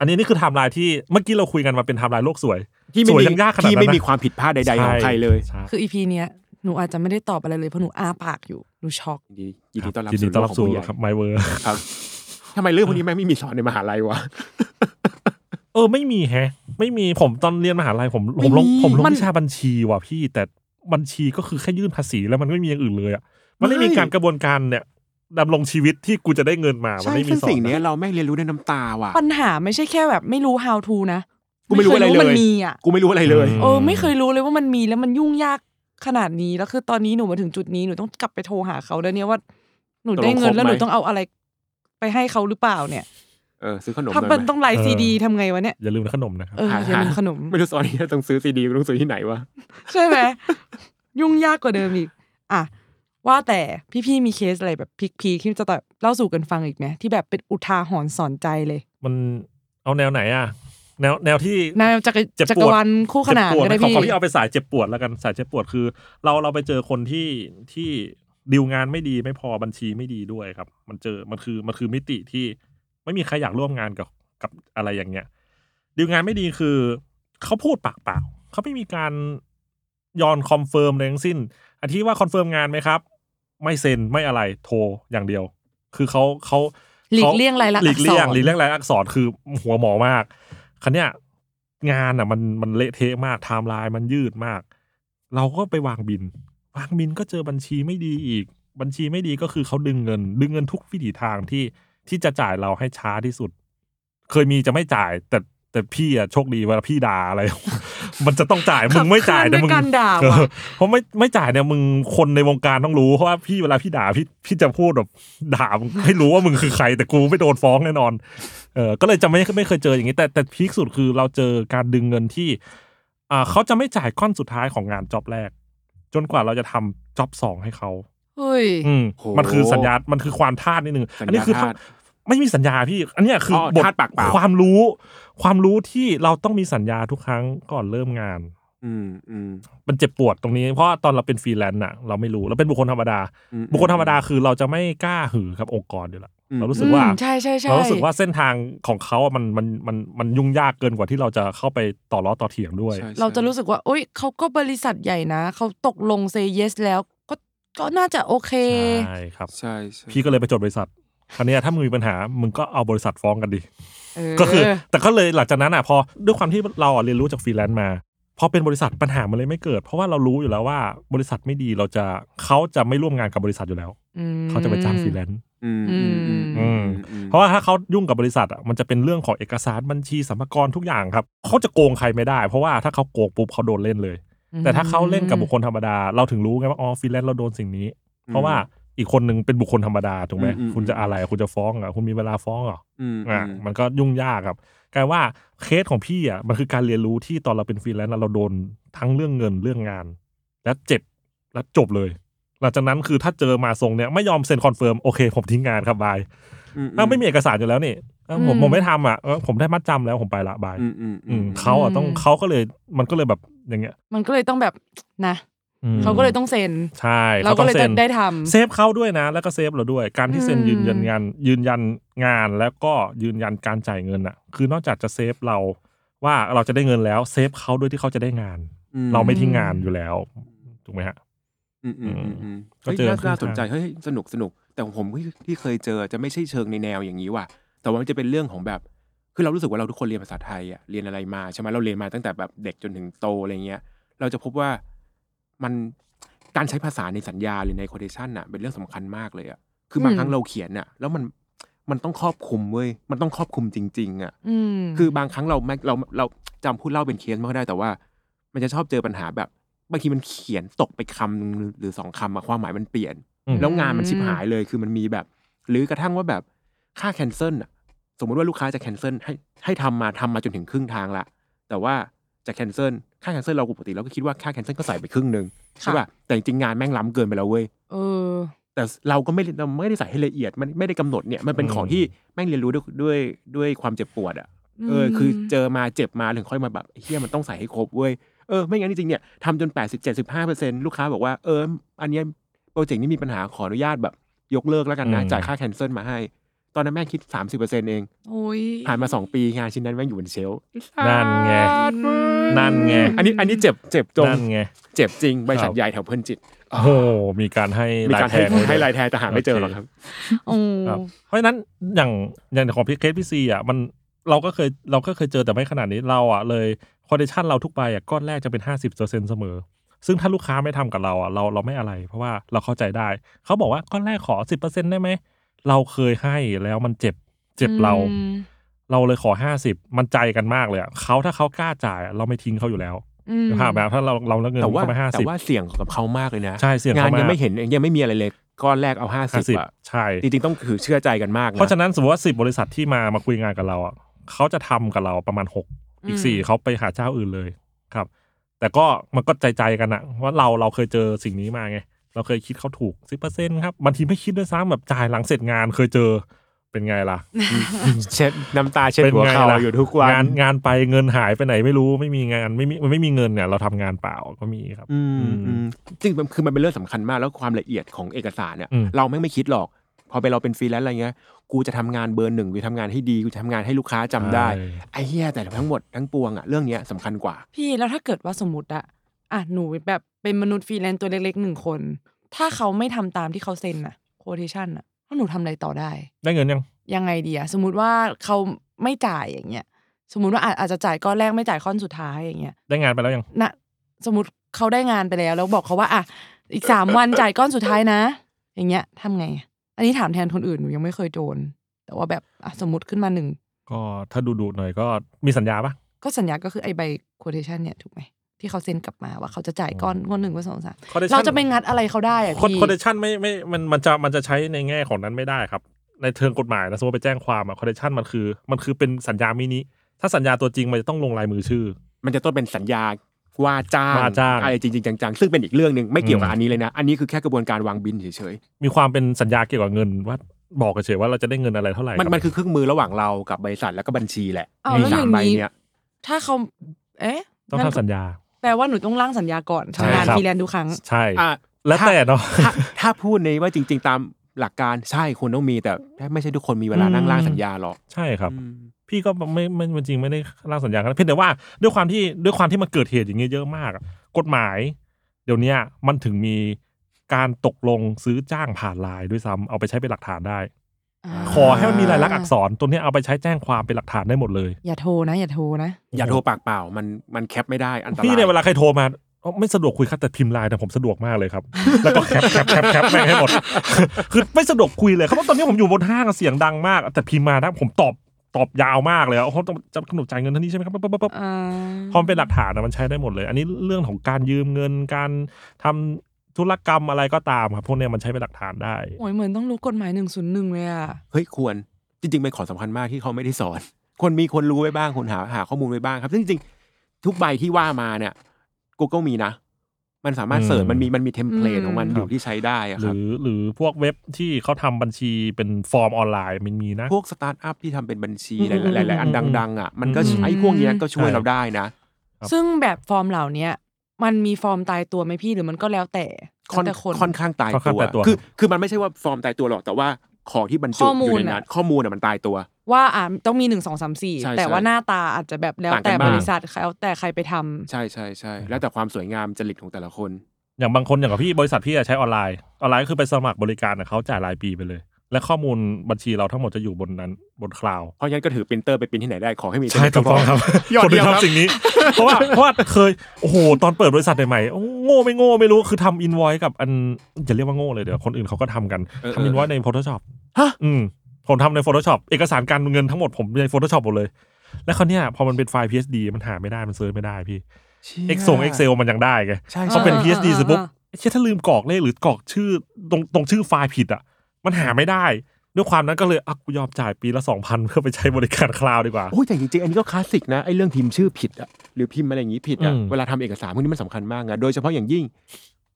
Speaker 5: อันนี้นี่คือไทม์ไลน์ที่เมื่อกี้เราคุยกันมาเป็นไทม์ไลน์โลกสวย
Speaker 4: ที่ไม่
Speaker 5: สวย
Speaker 4: มี
Speaker 5: จังยากขนาดนั้นนะ
Speaker 4: ที่ไม่มีความผิดพลาดใด ๆ ของใครเลย
Speaker 5: ช่
Speaker 2: คืออีพีเนี้ยหนูอาจจะไม่ได้ตอบอะไรเลยเพราะหนูอ้าปากอยู่หนูช็อก
Speaker 4: ยินดียินดีต้อนรับ
Speaker 5: ยินดีต้อนรับสู่
Speaker 4: โลกของ
Speaker 5: ครับ
Speaker 4: ผู้ใหญ่
Speaker 5: ไมเวอร์
Speaker 4: ครับทำไมเรื่องพวกนี้แม่งไม่มีสอนในมหาลัยวะ
Speaker 5: เออไม่มีแฮะ ไม่มีผมตอนเรียนมหาลัยผม
Speaker 4: ไม่
Speaker 5: ผมลง
Speaker 4: มี
Speaker 5: ผมลง
Speaker 4: มัน
Speaker 5: วิชาบัญชีว่ะพี่แต่บัญชีก็คือแค่ยื่นภาษีแล้วมันไม่มีอย่างอื่นเลยอ่ะมันไม่
Speaker 4: ไม่
Speaker 5: มีการกระบวนการเนี่ยดำรงชีวิตที่กูจะได้เงินมามัน
Speaker 4: ใช่
Speaker 5: ไม่มี
Speaker 4: ซึ่ง
Speaker 5: สอ
Speaker 4: สิ่
Speaker 5: น
Speaker 4: งเนี้ย
Speaker 5: นะ
Speaker 4: เราแม่งเรียนรู้ด้วยน้ำตาว่ะ
Speaker 2: ปัญหาไม่ใช่แค่แบบไม่รู้ how to นะ
Speaker 4: กูไม่รู้อะไร
Speaker 2: ค
Speaker 4: เลย
Speaker 2: มันมีอ่ะ
Speaker 4: กูไม่รู้อะไรเลย
Speaker 2: เออไม่เคยรู้เลยว่ามันมีแล้วมันยุ่งยากขนาดนี้แล้วคือตอนนี้หนูมาถึงจุดนี้หนูต้องกลับไปโทรหาเขาแล้วเนี่ยว่า หนูได้เงินแล้วหนูต้องเอาอะไร ไปให้เขาหรือเปล่าเนี่ย
Speaker 4: เออซื้อขนม
Speaker 2: ถ้า
Speaker 4: ห
Speaker 2: มั
Speaker 4: อย
Speaker 2: น
Speaker 4: ไหม
Speaker 2: ต้องไลฟ์ซีดีทำไงวะเนี่ย
Speaker 5: อย่าลืมนะขนมนะครับ
Speaker 2: เออ
Speaker 4: หา
Speaker 2: อย่าลืม
Speaker 4: หา
Speaker 2: ขนม
Speaker 4: ไม่รู้ สอนนี้ต้องซื้อซีดีต้องซื้อที่ไหนวะ
Speaker 2: ใช่ไหมยุ่งยากกว่าเดิมอีก อ่ะ ว่าแต่พี่ๆมีเคสอะไรแบบพีคๆที่จะแบบเล่าสู่กันฟังอีกไหมที่แบบเป็นอุทาหรณ์สอนใจเลย
Speaker 5: มันเอาแนวไหนอ่ะ แนวแนวที่
Speaker 2: นายจักร
Speaker 5: เจ็บปวด
Speaker 2: จักรวาลคู่ขนาน
Speaker 5: เจ็บปวด
Speaker 2: ก็ได้
Speaker 5: ขอ
Speaker 2: พี่
Speaker 5: ขอพี่เอาไปสายเจ็บปวดแล้วกันสายเจ็บปวดคือ เราเราไปเจอคนที่ที่ดีลงานไม่ดีไม่พอบัญชีไม่ดีด้วยครับ มันเจอมันคือมันคือมิติที่ไม่มีใครอยากร่วมงานกับกับอะไรอย่างเงี้ยดีลงานไม่ดีคือเขาพูดปากเปล่าเขาไม่มีการยอนคอนเฟิร์มอะไรทั้งสิ้นอาทิว่าคอนเฟิร์มงานไหมครับ ไม่เซ็นไม่อะไรโทรอย่างเดียว คือเขาเขา
Speaker 2: หลีกเลี่ยงรายลักษณ์
Speaker 5: หลีกเลี่ยง
Speaker 2: อักษร
Speaker 5: หลีกเลี่ยงรายลักษณ์อักษรคือหัวหมอมาก คันเนี้ยงานอ่ะมันมันเละเทะมากไทม์ไลน์มันยืดมาก เราก็ไปวางบิน วางบินก็เจอบัญชีไม่ดีอีก บัญชีไม่ดีก็คือเขาดึงเงิน ดึงเงินทุกวิถีทางที่ที่จะจ่ายเราให้ช้าที่สุด เคยมีจะไม่จ่าย แต่แต่พี่อ่ะโชคดีเวลาพี่ด่าอะไร มันจะต้องจ่ายมึงไม่จ่าย
Speaker 2: ขับเคลื่อน
Speaker 5: แต่มึ
Speaker 2: ด้ว
Speaker 5: ง
Speaker 2: ยการด่า
Speaker 5: เอ
Speaker 2: ว่ะ
Speaker 5: อเพราะไม่ไม่จ่ายเนี่ยมึงคนในวงการต้องรู้เพราะว่าพี่เวลาพี่ด่าพี่พี่จะพูดแบบด่ามึงให้รู้ว่ามึงคือใคร แต่กูไม่โดนฟ้องแน่นอน เออก็เลยจะไม่ไม่เคยเจออย่างนี้แต่แต่พีคสุดคือเราเจอการดึงเงินที่ อ่าเขาจะไม่จ่ายก้อนสุดท้ายของงานจ็อบแรก จนกว่าเราจะทำจ็อบสองให้เขา
Speaker 2: เฮ้ย
Speaker 5: อืม
Speaker 4: โห
Speaker 5: มันคือสัญญาณมันคือความทาสนิดนึง
Speaker 4: สัญญา
Speaker 5: อันี้คื
Speaker 4: ทาส
Speaker 5: ไม่มีสัญญาพี่ อันเนี้ยคือ
Speaker 4: อ
Speaker 5: อบท
Speaker 4: ทาสปากเปล่า
Speaker 5: ความรู้ ความรู้ที่เราต้องมีสัญญาทุกครั้งก่อนเริ่มงาน
Speaker 4: อืมอืม
Speaker 5: มันเจ็บปวดตรงนี้เพราะตอนเราเป็นฟรีแลนซ์อะเราไม่รู้เราเป็นบุคคลธรรมดา
Speaker 4: อืม
Speaker 5: บุคคลธรรมดาคือเราจะไม่กล้าหือกับองค์กรอยู่แล้ว
Speaker 4: อืม
Speaker 5: เรารู้สึกว่า
Speaker 2: อืมใช่ใช่ใช่
Speaker 5: เรารู้สึกว่าเส้นทางของเขาอะมันมันมันมันยุ่งยากเกินกว่าที่เราจะเข้าไปต่อล้อต่อเถียงด้วย
Speaker 4: ใช่ใช่
Speaker 2: เราจะรู้สึกว่าโอ๊ยเขาก็บริษัทใหญ่นะ เขาตกลงเซเยสแล้ว ก็ก็น่าจะโอเค
Speaker 5: ใช่ครับ
Speaker 4: ใช่ใช่
Speaker 5: พี่ก็เลยไปจดบริษัท คราวเนี้ยถ้ามึงมีปัญหา มึงก็เอาบริษัทฟ้องกันดิ
Speaker 2: เออ
Speaker 5: ก็คือ แต่ก็เลยหลังจากนั้นอ่ะพอด้วยความที่เราอะเรียนรู้จากฟรีแลนซ์มา พอเป็นบริษัทปัญหามันเลยไม่เกิด เพราะว่าเรารู้อยู่แล้วว่าบริษัทไม่ดีเราจะเขาจะไม่ร่วมงานกับบริษัทอยู่แล้ว
Speaker 2: ม
Speaker 5: เขาจะไปจ้างฟรีแลนซ์
Speaker 4: อืม
Speaker 2: อื
Speaker 4: อื
Speaker 2: ม
Speaker 4: มอืม
Speaker 5: อื
Speaker 4: อื
Speaker 5: ม
Speaker 4: ม
Speaker 5: เพราะว่าถ้าเขายุ่งกับบริษัทอ่ะมันจะเป็นเรื่องของเอกสารบัญชีสัมภาระทุกอย่างครับเขาจะโกงใครไม่ได้ เพราะว่าถ้าเขาโกงปุ๊บเขาโดนเล่นเลย แต่ถ้าเขาเล่นกับบุคคลธรรมดา เราถึงรู้ไงว่าอ๋อฟรีแลนซ์เราโดนสิ่งนี้ เพราะว่าอีกคนหนึ่งเป็นบุคคลธรรมดาถูกไหม
Speaker 4: อืมอืม
Speaker 5: คุณจะอะไรคุณจะฟ้องเหรอ่ะคุณมีเวลาฟ้องเหรอ
Speaker 4: อืม
Speaker 5: อ่ะ
Speaker 4: อืม
Speaker 5: มันก็ยุ่งยากครับกลายว่าเคสของพี่อ่ะมันคือการเรียนรู้ที่ตอนเราเป็นฟรีแลนซ์อะเราโดนทั้งเรื่องเงินเรื่องงาน และเจ็บและจบเลย หลังจากนั้นคือถ้าเจอมาทรงเนี่ยไม่ยอมเซ็นคอนเฟิร์มโอเค ผมทิ้งงานครับบายอ้าวไม่มีเอกสารอยู่แล้วนี่อ้าวผม
Speaker 2: อืม
Speaker 5: ผมไม่ทำอ่ะเออผมได้มัดจำแล้วผมไปละบาย
Speaker 4: อืมอืม
Speaker 5: อื
Speaker 4: อื
Speaker 5: ม
Speaker 4: ม
Speaker 5: เขาอ่ะต้องเขาก็เลยมันก็เลยแบบอย่างเงี้ย
Speaker 2: มันก็เลยต้องแบบนะ
Speaker 5: อืม
Speaker 2: เขาก็เลยต้องเซ็น
Speaker 5: ใช่
Speaker 2: เราก็เลย
Speaker 5: ซ็น
Speaker 2: ได้ทำ
Speaker 5: เซฟเขาด้วยนะ แล้วก็เซฟเราด้วย การที่เซ็น
Speaker 2: อืม
Speaker 5: ยืนยันงานยืนยันงานแล้วก็ยืนยันการจ่ายเงินอ่ะ คือนอกจากจะเซฟเราว่าเราจะได้เงินแล้วเซฟเขาด้วยที่เขาจะได้งาน
Speaker 4: อื
Speaker 5: เราไม่ทิ้งงานอยู่แล้วถูกไหมฮะ
Speaker 4: อืมอืมอืมอืม
Speaker 5: ก็เจอ
Speaker 4: ฮ้ยน่า
Speaker 5: ขึ้น
Speaker 4: น่าสนใจ
Speaker 5: ทาง
Speaker 4: เฮ้ยสนุกสนุกแต่ของผมที่ที่เคยเจอจะไม่ใช่เชิงในแนวอย่างนี้ว่ะแต่ว่ามันจะเป็นเรื่องของแบบ คือเรารู้สึกว่าเราทุกคนเรียนภาษาไทยอะเรียนอะไรมาใช่ไหมเราเรียนมาตั้งแต่แบบเด็กจนถึงโตอะไรเงี้ย เราจะพบว่ามันการใช้ภาษาในสัญญาหรือใน quotation น่ะ เป็นเรื่องสำคัญมากเลยอะคือบาง
Speaker 2: อืม
Speaker 4: ครั้งเราเขียนน่ะ แล้วมันมันต้องครอบคลุมเว้ยมันต้องครอบคลุมจริงๆอะ
Speaker 2: อืม
Speaker 4: คือบางครั้งเราไม่เราเราจำพูดเล่าเป็นเคสไม่ค่อยได้แต่ว่า มันจะชอบเจอปัญหาแบบบางทีมันเขียนตกไปคำหนึ่งหรือสองคำอะความหมายมันเปลี่ยน
Speaker 5: อืม
Speaker 4: แล้วงานมันชิบหายเลยคือมันมีแบบ หรือกระทั่งว่าแบบค่าแคนเซิลอะสมมุติว่าลูกค้าจะแคนเซิลให้ให้ทำมาทำมาจนถึงครึ่งทางละแต่ว่าจะแคนเซิลค่าแคนเซิลเราปกติเราก็คิดว่าค่าแคนเซิลก็ใส่ไปครึ่งหนึ่งใช่
Speaker 2: ค่ะ
Speaker 4: ป่ะแต่จริงๆงานแม่งล้ำเกินไปแล้วเว้ย
Speaker 2: เออ
Speaker 4: แต่เราก็ไม่ได้เราไม่ได้ใส่ให้ละเอียดมันไม่ได้กำหนดเนี่ยมันเป็น
Speaker 5: อืม
Speaker 4: ของที่แม่งเรียนรู้ด้วยด้วยด้วยความเจ็บปวดอะ เออคือเจอมาเจ็บมาถึงค่อยมาแบบเฮียมันต้องใส่ให้ครบเว้ยเออไม่งั้นจริงๆเนี่ยทำจน 8 0 7 5เปอร์เซ็นลูกค้าบอกว่าเอออันเนี้ยโปรเจกต์นี้มีปัญหาขออนุญาตแบบ ยกเลิกแล้วกันนะ
Speaker 5: อืม
Speaker 4: จ่ายค่าแคนเซิลมาให้ ตอนนั้นแม่งคิด 30เปอร์เซ็นเอง
Speaker 2: โอ้ย
Speaker 4: ผ่านมา 2 ปีงานชิ้นนั้นแม่งอยู่บนเชลฟ์
Speaker 5: นั่นไง นั่นไง
Speaker 4: อันนี้อันนี้เจ็บเจ็บจง
Speaker 5: นั่นไง
Speaker 4: เจ็บจริงบริษัท
Speaker 5: ครับ
Speaker 4: ใหญ่แถวเพิ่นจิต
Speaker 5: โอ้โหมีการให้
Speaker 4: มีการให้
Speaker 5: ลายแทงไว้ด้วย
Speaker 4: ให้ลายแทนแต่หาไม่เจอหรอกครับ
Speaker 2: โอ้
Speaker 5: ครับ เพราะฉะนั้นอย่างอย่างของเคสพี่ซีอ่ะมันเราก็เคยเราก็เคยเจอแต่ไม่ขนาดนี้เราอ่ะเลยคอนดิชันเราทุกใบอ่ะก้อนแรกจะเป็น 50เปอร์เซ็นเสมอ ซึ่งถ้าลูกค้าไม่ทำกับเราอ่ะเราเราไม่อะไร เพราะว่าเราเข้าใจได้ เขาบอกว่าก้อนแรกขอ 10เปอร์เซ็นได้ไหม เราเคยให้แล้วมันเจ็บเจ็บเรา
Speaker 2: อืม
Speaker 5: เราเลยขอ 50 มันใจกันมากเลยอ่ะเขาถ้าเขากล้าจ่ายอะเราไม่ทิ้งเขาอยู่แล้ว
Speaker 2: อืม
Speaker 5: ผ่านแบบถ้าเราเราเลิกเงิน
Speaker 4: แต่ว่า
Speaker 5: เขาไปห้า
Speaker 4: แต่
Speaker 5: สิบ
Speaker 4: ว่าเสี่ยงกับเขามากเลยนะ
Speaker 5: ใช่เสี่ยง
Speaker 4: งาน
Speaker 5: เขามาก
Speaker 4: ยังไม่เห็นยังไม่มีอะไรเลยก้อนแรกเอาห้าสิบ
Speaker 5: 50
Speaker 4: อะ
Speaker 5: ใช่
Speaker 4: จริงๆต้องคือเชื่อใจกันมากน
Speaker 5: เพราะฉะนั้นสมมติว่าสิบริษัทที่มามาคุยงานกับเราอ่ะเขาจะทำกับเราประมาณหก
Speaker 2: อืม
Speaker 5: อีกสี่เขาไปหาเจ้าอื่นเลยครับ แต่ก็มันก็ใจใจๆกันอะว่าเราเราเคยเจอสิ่งนี้มาไง เราเคยคิดเขาถูกสิเปอร์เซ็นครับบางทีไม่คิดด้วยซ้ำแบบจ่ายหลังเสร็จงานเคยเจอเป็นไงล่ะ
Speaker 4: เช็ดน้ำตาเช็ด
Speaker 5: เป็น
Speaker 4: หัว
Speaker 5: ไง
Speaker 4: เข่า
Speaker 5: ล่ะ
Speaker 4: อยู่ทุกวัน
Speaker 5: งานงานไปเงินหายไปไหนไม่รู้ไม่มีงานไม่มีมันไม่มีเงินเนี่ยเราทำงานเปล่าก็มีครับ
Speaker 4: อืม
Speaker 5: อืม
Speaker 4: จริงมันคือมันเป็นเรื่องสำคัญมากแล้วความละเอียดของเอกสารเนี่ย
Speaker 5: อืม
Speaker 4: เราไม่งไม่คิดหรอก พอไปเราเป็นฟรีแลนซ์อะไรเงี้ยกูจะทำงานเบอร์หนึ่งกูทำงานให้ดีกูจะทำงานให้ลูกค้าจำได้
Speaker 5: ใช่
Speaker 4: ไอ้เหี้ยแต่ทั้งหมดทั้งปวงอะเรื่องเนี้ยสำคัญกว่า
Speaker 2: พี่แล้วถ้าเกิดว่าสมมติอะอ่ะหนูแบบเป็นมนุษย์ฟรีแลนซ์ตัวเล็กๆหนึ่งคน ถ้าเขาไม่ทำตามที่เขาเซ็นอะโคเทชันอะแล้วหนูทำอะไรต่อได้
Speaker 5: ได้เงินยัง
Speaker 2: ยังไงดีอะสมมติว่าเขาไม่จ่ายอย่างเงี้ยสมมติว่าอาจอาจจะจ่ายก้อนแรกไม่จ่ายก้อนสุดท้ายอย่างเงี้ย
Speaker 5: ได้งานไปแล้วยัง
Speaker 2: นะสมมติเขาได้งานไปแล้ว แล้วบอกเขาว่าอ่ะอีกสามวันจ่ายก้อนสุดท้ายนะ อย่างเงี้ยทำไง อันนี้ถามแทนคนอื่นหนูยังไม่เคยโดนแต่ว่าแบบอ่ะสมมติขึ้นมาหนึ่ง
Speaker 5: ก็ถ้าดูดูๆหน่อยก็มีสัญญาปะ
Speaker 2: ก็สัญญาก็คือไอใบโคเทชันเนี่ยถูกไหมที่เขาเซ็นกลับมาว่าเขาจะจ่ายก้อนก้อนหนึ่งก้อนสองสาม
Speaker 5: Quotation
Speaker 2: เราจะไปงัดอะไรเขาได้อะ
Speaker 5: คน
Speaker 2: พี่
Speaker 5: คอนเดชันไม่ไม่ มัน มันจะ มันจะใช้ในแง่ของนั้นไม่ได้ครับ ในเชิงกฎหมายนะ สมมติไปแจ้งความอะคอนเดชันมันคือ มันคือเป็นสัญญามินิ ถ้าสัญญาตัวจริงมันจะต้องลงลายมือชื่อ
Speaker 4: มันจะต้องเป็นสัญญาว่าจ้าง
Speaker 5: ว่าจ้าง
Speaker 4: อะไรจริงๆจังๆซึ่งเป็นอีกเรื่องหนึ่งไม่เกี่ยวกับ
Speaker 5: อืม
Speaker 4: อันนี้เลยนะ อันนี้คือแค่กระบวนการวางบินเฉย
Speaker 5: มีความเป็นสัญญาเกี่ยวกับเงินว่าบอกเฉยๆว่าเราจะได้เงินอะไรเท่าไหร่
Speaker 4: ๆมันมันคือเครื่องมือระหว่างเรากับบริษัทแล้วก็บัญชีแหละ
Speaker 2: เอา
Speaker 4: ไอ้
Speaker 2: แล้วอ
Speaker 4: สาม
Speaker 2: ย่าง
Speaker 4: ใบ
Speaker 2: นี้
Speaker 4: เนี้ย
Speaker 2: ถ้าเขาเอ๊ะ
Speaker 5: ต้อง
Speaker 2: งั้น
Speaker 5: ทำสัญญา
Speaker 2: แปลว่าหนูต้องร่างสัญญาก่อน
Speaker 4: ใช่
Speaker 2: ทำงาน
Speaker 4: ครับ
Speaker 2: ฟรีแลนซ์ทุกครั้ง
Speaker 5: ใช่
Speaker 4: อ่ะ
Speaker 5: แล้วแต่เนาะ
Speaker 4: ถ้ถ้าพูดในว่าจริง ๆ ตามหลักการใช่คนต้องมีแต่ไม่ใช่ทุกคนมีเวลานั่งร่างสัญญาหรอก
Speaker 5: ใช่ครับ
Speaker 4: อืม
Speaker 5: พี่ก็ไม่ไม่จริงๆไม่ได้ร่างสัญญากันเพียงแต่ว่าด้วยความที่ด้วยความที่มันเกิดเหตุอย่างเงี้ยเยอะมากอะกฎหมาย เดี๋ยวเนี้ยมันถึงมีการตกลงซื้อจ้างผ่านไลน์ด้วยซ้ำเอาไปใช้เป็นหลักฐานได้ ขอให้มันมีลายลักษณ์อักษรตัวเนี้ยเอาไปใช้แจ้งความเป็นหลักฐานได้หมดเลย
Speaker 2: อย่าโทรนะ อย่าโทรนะ
Speaker 4: อย่าโทรปากเปล่า มันมันแคปไม่ได้อันตราย
Speaker 5: พี่เนี่ยเวลาใครโทรมาอ๋อไม่สะดวกคุยครับแต่พิมพ์ไลน์แต่ยผมสะดวกมากเลยครับ แล้วก็แคปแคปแคปแคปแม่งให้หมด คือไม่สะดวกคุยเลยเขาบอกตอนนี้ผมอยู่บนห้างอะเสียงดังมาก แต่พิมพ์มานะผมตอบตอบยาวมากเลยอะเขาต้องจะกำหนดจ่ายเงินเท่านี้ใช่ไหมครับปั๊บปั๊บปั๊บปั๊บ
Speaker 2: อ่า
Speaker 5: พอมันเป็นหลักฐานอะมันใช้ได้หมดเลย อันนี้เรื่องของการยืมเงินการทำธุรกรรมอะไรก็ตามครับพวกเนี้ยมันใช้เป็นหลักฐานได้
Speaker 2: โอ้ยเหมือนต้องรู้กฎหมายหนึ่งศูนย์หนึ่งเลยอ่ะ
Speaker 4: เฮ้ยควรจริงๆเป็นของสำคัญมากที่เขาไม่ได้สอน คนมีคนรู้ไว้บ้างคนหาหาข้อมูลไว้บ้างครับซึ่งจริงๆทุกใบที่ว่ามาเนี่ย Google มีนะ มันสามารถ
Speaker 5: อืม
Speaker 4: เสิร์ชมันมีมันมีเทมเพลตของมัน
Speaker 2: อืม
Speaker 4: อยู่ที่ใช้ได้อะ
Speaker 5: ห
Speaker 4: ครับ
Speaker 5: รือหรือพวกเว็บที่เขาทำบัญชีเป็นฟอร์มออนไลน์มันมีนะ
Speaker 4: พวกสตาร์ทอัพที่ทำเป็นบัญชี
Speaker 2: อื
Speaker 4: ห
Speaker 2: ม
Speaker 4: ลายๆหลายๆอัน
Speaker 5: อืม
Speaker 4: ดัง ๆ อ่ะ มันก็
Speaker 5: อืม
Speaker 4: ไอ้พวกเนี้ยก็ช่วยเราได้นะ
Speaker 5: ครับ
Speaker 2: ซึ่งแบบฟอร์มเหล่าเนี้ยมันมีฟอร์มตายตัวไหมพี่หรือมันก็แล้วแต่
Speaker 4: ค่อน
Speaker 2: แล้วแต่คน
Speaker 4: ค่อนข้างตาย
Speaker 5: ค่อนข้างตายตั
Speaker 4: ตัว วคือคือมันไม่ใช่ว่าฟอร์มตายตัวหรอกแต่ว่าของที่บรรจุ
Speaker 2: ข้อมูล
Speaker 4: อยู่ใน
Speaker 2: อะ
Speaker 4: นั้นข้อมูลอ่ะมันตายตัว
Speaker 2: ว่าอ่าต้องมีหนึ่งสองสามสี่
Speaker 4: ใช่
Speaker 2: แต่ว่า
Speaker 4: ใช่
Speaker 2: หน้าตาอาจจะแบบแล้ว
Speaker 4: ต่างกั
Speaker 2: แต่
Speaker 4: นบ้าง
Speaker 2: บริษัทแล้วแต่ใครไปทำ
Speaker 4: ใช่ใช่ใช่แล้วแต่ความสวยงามจริตของแต่ละคน
Speaker 5: อย่างบางคนอย่างกับพี่บริษัทพี่อะใช้ออนไลน์ออนไลน์ก็คือไปสมัครบริการอะเขาจ่ายรายปีไปเลย และข้อมูลบัญชีเราทั้งหมดจะอยู่บนนั้นบนคลาว
Speaker 4: เพราะงั้นก็ถือปรินเตอร์ไปปรินที่ไหนได้ขอให้มี
Speaker 5: ใช่
Speaker 4: เท
Speaker 5: ถู
Speaker 4: ค
Speaker 5: ก
Speaker 4: โน
Speaker 5: ต้
Speaker 4: โล
Speaker 5: อง
Speaker 4: ยี
Speaker 5: ค
Speaker 4: ยอด
Speaker 5: รับ คน
Speaker 4: เยี่
Speaker 5: ที่
Speaker 4: ยมครับ
Speaker 5: ทำสิ่งนี้ เพราะว่าเพราะว่าเคยโอ้โหตอนเปิดบริษัทใหม่ๆโอ้โง่ไม่โง่ไม่รู้คือทำอินวอยกับอันจะเรียกว่าโง่เลยเดี๋ยวคนอื่นเขาก็ทำกัน
Speaker 4: เออ
Speaker 5: ทำอินวอยใน Photoshop
Speaker 4: ฮะ
Speaker 5: อืมผมทำใน Photoshop เอกสารการเงินทั้งหมดผมใน Photoshop หมดเลย แล้วคราวเนี้ยพอมันเป็นไฟล์ PSD มันหาไม่ได้มันเซิร์ชไม่ได้พี่
Speaker 4: ชี่ย
Speaker 5: Ex ส่ง Excel มันยังได้ไง
Speaker 4: ใช่
Speaker 5: พอ
Speaker 4: ใช่
Speaker 5: เป็น
Speaker 2: อ่า
Speaker 5: PSD
Speaker 2: อ่า
Speaker 5: เสร็จปุ๊บ
Speaker 2: อ่า
Speaker 5: เชี่ยถ้าลืมกรอกเลขหรือกรอกชื่อตรงตรงชื่อไฟล์ผิดอ่ะ มันหาไม่ได้ ด้วยความนั้นก็เลยอ่ะกูยอมจ่ายปีละสองพันเพื่อไปใช้บริการคลาวดีกว่า
Speaker 4: โอ้ยแต่จริงๆอันนี้ก็คลาสสิกนะไอ้เรื่องพิมพ์ชื่อผิดอะหรือพิมพ์อะไรอย่างนี้ผิดอะ
Speaker 5: อืม
Speaker 4: เวลาทำเอกสารพวกนี้มันสำคัญมากนะโดยเฉพาะอย่างยิ่ง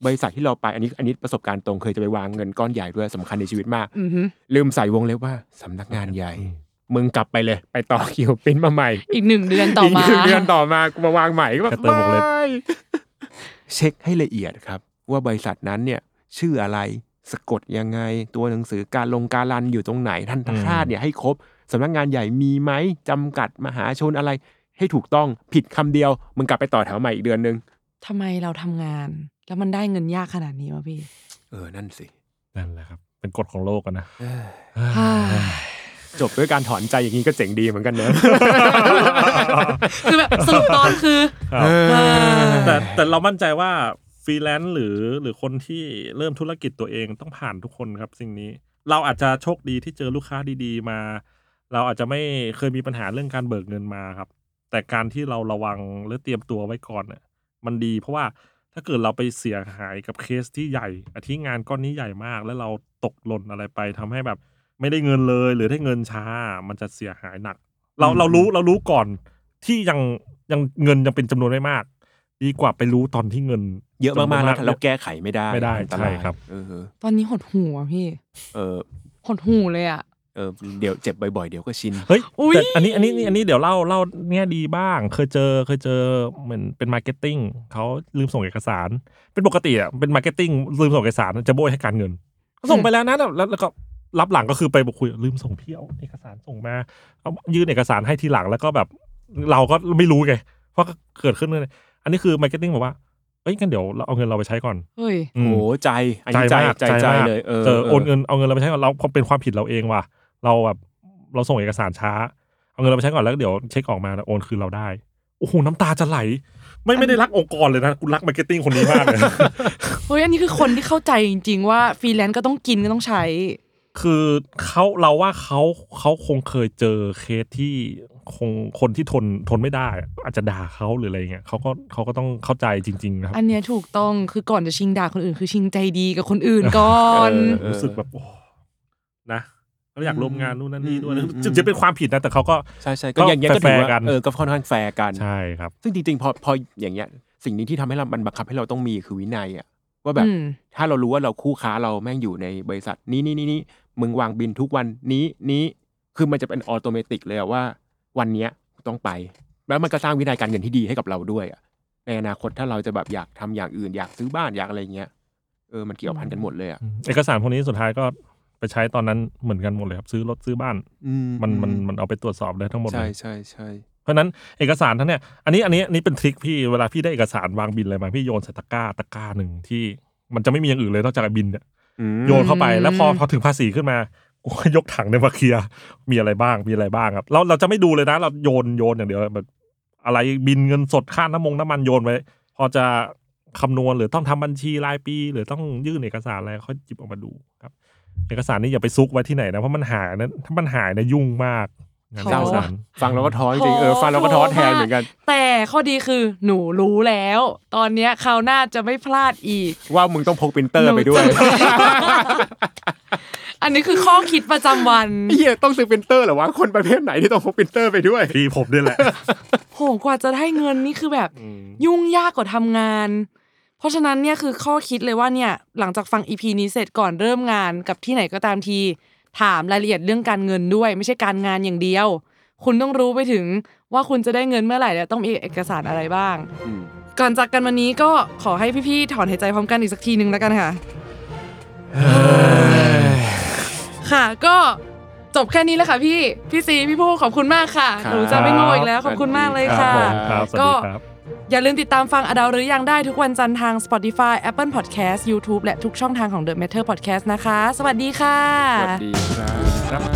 Speaker 4: บริษัทที่เราไปอันนี้อันนี้ประสบการณ์ตรงเคยจะไปวางเงินก้อนใหญ่ด้วยสำคัญในชีวิตมาก
Speaker 2: อือหือ
Speaker 4: ลืมใส่วงเล็บว่าสำนักงานใหญ่ มึงกลับไปเลย ไปต่อคิวเป็นมาใหม่
Speaker 2: อีกหนึ่งเดือนต่อ
Speaker 4: อีก
Speaker 2: มา
Speaker 4: หนึ่งเดือนต่อมากูมาวางใหม่ก็แบบ
Speaker 5: แค่เติมวงเล็บ
Speaker 4: ไม่เช็คให้ละเอียดครับ ว่าบริษัทนั้นเนี่ย ชื่ออะไรสะกดยังไง ตัวหนังสือการลงการันอยู่ตรงไหนท่านทคราชเนี่ยให้ครบสำนักงานใหญ่มีไหมจำกัดมหาชนอะไร ให้ถูกต้องผิดคำเดียว มึงกลับไปต่อแถวใหม่อีกเดือนนึง
Speaker 2: ทำไมเราทำงาน แล้วมันได้เงินยากขนาดนี้วะพี่
Speaker 4: เออนั่นสิ
Speaker 5: นั่นแหละครับ เป็นกฎของโลกอะนะ
Speaker 4: เออ
Speaker 2: ฮ่า
Speaker 4: จบด้วยการถอนใจอย่างนี้ก็เจ๋งดีเหมือนกันเนอะ
Speaker 2: คือแบบสรุปตอนคือ
Speaker 5: ครับแต่แต่เรามั่นใจว่าฟรีแลนซ์หรือหรือคนที่เริ่มธุรกิจตัวเองต้องผ่านทุกคนครับสิ่งนี้ เราอาจจะโชคดีที่เจอลูกค้าดีๆมา เราอาจจะไม่เคยมีปัญหาเรื่องการเบิกเงินมาครับ แต่การที่เราระวังและเตรียมตัวไว้ก่อนเนี่ยมันดี เพราะว่าถ้าเกิดเราไปเสียหายกับเคสที่ใหญ่อาทิงานก้อนนี้ใหญ่มาก แล้วเราตกหล่นอะไรไปทำให้แบบ ไม่ได้เงินเลยหรือได้เงินช้า มันจะเสียหายหนัก เรา
Speaker 4: อืม
Speaker 5: เรารู้เรารู้ก่อนที่ยังยังเงินยังเป็นจำนวนไม่มาก ดีกว่าไปรู้ตอนที่เงิน
Speaker 4: เยอะมากๆแล้ว
Speaker 5: จำนวน
Speaker 4: เราแก้ไขไม่ได้
Speaker 5: ไม่ได้
Speaker 4: อันตา
Speaker 5: ใช่
Speaker 4: ย
Speaker 5: ครับ
Speaker 4: เออ
Speaker 2: ตอนนี้หดหูอ่ะพี่
Speaker 4: เออ
Speaker 2: หดหูเลยอ่ะ
Speaker 4: เออเดี๋ยวเจ็บบ่อยๆ เดี๋ยวก็ชิน
Speaker 5: เฮ้ย
Speaker 2: อุ๊ย
Speaker 5: แต่อันนี้อันนี้อันนี้เดี๋ยวเล่าเล่าแง่ดีบ้าง เคยเจอเคยเจอเหมือนเป็นมาร์เก็ตติ้งเขาลืมส่งเอกสาร เป็นปกติอ่ะเป็นมาร์เก็ตติ้งลืมส่งเอกสารจะโบยให้การเงิน ส่งไปแล้วนะแล้วแล้วแล้วก็รับหลังก็คือไปบอกคุยลืมส่งพี่เอาเอกสารส่งมาเอายื่นเอกสารให้ทีหลังแล้วก็แบบเราก็ไม่รู้ไงเพราะเกิดขึ้นเลยอันนี้คือมาร์เก็ตติ้งบอกว่าเอ้ยกันเดี๋ยวเราเอาเงินเราไปใช้ก่อน
Speaker 2: เฮ้ย
Speaker 5: อืม
Speaker 4: โอ้ใจอันนี้ใจ
Speaker 5: มาก
Speaker 4: ใจใจ
Speaker 5: มาก
Speaker 4: เลยเออ
Speaker 5: เจอโอนเงินเอาเงินเราไปใช้ก่อนเราเป็นความผิดเราเองว่ะเราแบบเราส่งเอกสารช้า เอาเงินเราไปใช้ก่อนแล้วเดี๋ยวเช็คออกมาโอนคืนเราได้โอ้โหน้ำตาจะไหล ไม่ไม่ได้รักองค์กรเลยนะกูรักมาร์เก็ตติ้งคนนี้มากเลย
Speaker 2: เฮ้ย อันนี้คือคนที่เข้าใจจริง ๆ ว่าฟรีแลนซ์ก็ต้องกินก็ต้องใช้
Speaker 5: คือเขาเราว่าเขาเขาคงเคยเจอเคสที่คงคนที่ทนทนไม่ได้ อาจจะด่าเขาหรืออะไรเงี้ยเขาก็เขาก็ต้องเข้าใจจริงๆนะครับ
Speaker 2: อันเนี้ยถูกต้องคือก่อนจะชิงด่าคนอื่น คือชิงใจดีกับคนอื่นก่อน
Speaker 4: เออ
Speaker 5: รู้สึกแบบโอ้นะเราอยากร่วมงานนู่นนั่นนี่ด้วย
Speaker 4: อืมอืม
Speaker 5: จะเป็นความผิดนะแต่เขาก็
Speaker 4: ใช่ใช่ก็อย่างเงี้ยก็ถือว่า
Speaker 5: แฟร์ๆกัน
Speaker 4: เออก็ค่อนข้างแฟร์กัน
Speaker 5: ใช่ครับ
Speaker 4: ซึ่งจริงๆ พอพออย่างเงี้ยสิ่งหนี้ที่ทำให้เรามันบังคับให้เราต้องมีคือวินัยอะว่าแบบ
Speaker 2: อืม
Speaker 4: ถ้าเรารู้ว่าเราคู่ค้าเราแม่งอยู่ในบริษัท นี้นี้นี้นี้มึงวางบินทุกวันนี้นี้คือมันจะเป็นออโตเมติกเลยอะว่า วันเนี้ยต้องไป แล้วมันก็สร้างวินัยการเงินที่ดีให้กับเราด้วยอะในอนาคตถ้าเราจะแบบอยากทำอย่างอื่นอยากซื้อบ้านอยากอะไรเงี้ยเออมันเกี่ยวพันกันหมดเลยอะ
Speaker 5: เอกสารพวกนี้สุดท้ายก็ไปใช้ตอนนั้นเหมือนกันหมดเลยครับ ซื้อรถซื้อบ้าน
Speaker 4: อื
Speaker 5: มันมันมันเอาไปตรวจสอบได้ทั้งหมดเล
Speaker 4: ใช่
Speaker 5: ย
Speaker 4: ใช่ใช่
Speaker 5: เพราะฉะนั้นเอกสารทั้งเนี่ยอันนี้อันนี้อันนี้เป็นทริคพี่เวลาพี่ได้เอกสารวางบินอะไรมาพี่โยนใส่ตะกร้าตะกร้าหนึ่งที่มันจะไม่มีอย่างอื่นเลยนอกจากไอ้บินเนี่ย
Speaker 4: อืม
Speaker 5: โยนเข้าไป
Speaker 2: อืม
Speaker 5: แล้วพอพอถึงภาษีขึ้นมากูก็ยกถังเนี่ยมาเคลียร์มีอะไรบ้างมีอะไรบ้างครับเราเราจะไม่ดูเลยนะ เราโยนโยนอย่างเดียวแบบอะไรบินเงินสดค่าน้ำมงน้ำมันโยนไว้พอจะคำนวณหรือต้องทำบัญชีรายปี หรือต้องยื่นเอกสารอะไรเขาจิบออกมาดูครับ เอกสารนี้อย่าไปซุกไว้ที่ไหนนะเพราะมันหายนะถ้ามันหายนะยุ่งมากงาน
Speaker 2: โถ่
Speaker 5: เอกสาร
Speaker 4: ฟังแล้วก็ท้อจริงๆเออฟังแล้วก็ท้อแทนเหมือนกัน
Speaker 2: แต่ข้อดีคือหนูรู้แล้ว ตอนเนี้ยคราวหน้าจะไม่พลาดอีก
Speaker 4: ว่ามึงต้องพกปรินเตอร์ไปด้วย
Speaker 2: หนูจำ อันนี้คือข้อคิดประจำวัน
Speaker 4: เฮียต้องซื้อปรินเตอร์เหรอวะคนประเภทไหนที่ต้องพกปรินเตอร์ไปด้วย
Speaker 5: พี่ผมนี่แหละ
Speaker 2: โหกว่าจะได้เงินนี่คือแบบยุ่งยากกว่าทำงาน เพราะฉะนั้นเนี่ยคือข้อคิดเลยว่าเนี่ยหลังจากฟังอีพีนี้เสร็จก่อนเริ่มงานกับที่ไหนก็ตามที ถามรายละเอียดเรื่องการเงินด้วย ไม่ใช่การงานอย่างเดียว คุณต้องรู้ไปถึงว่าคุณจะได้เงินเมื่อไหร่และต้องมีเอกสารอะไรบ้าง ก่อนจากกันวันนี้ก็ขอให้พี่ๆถอนหายใจพร้อมกันอีกสักทีหนึ่งแล้วกันค่ะ ค่ะ ก็จบแค่นี้แล้วค่ะพี่ พี่ซีพี่ผู้ขอบคุณมากค่ะ
Speaker 4: ครับ
Speaker 2: หนูจะไม่โง่อีกแล้วขอบคุณมากเลย
Speaker 5: ครั
Speaker 2: ค่ะ
Speaker 5: บผมครับสวัส
Speaker 2: ก็
Speaker 5: ดีครับ
Speaker 2: อย่าลืมติดตามฟังอดาวหรือยังได้ทุกวันจันทร์ทาง Spotify Apple Podcast YouTube และทุกช่องทางของ The Matter Podcast นะคะ สวัสดีค่ะ
Speaker 4: สวัสดีครับ
Speaker 5: ครับ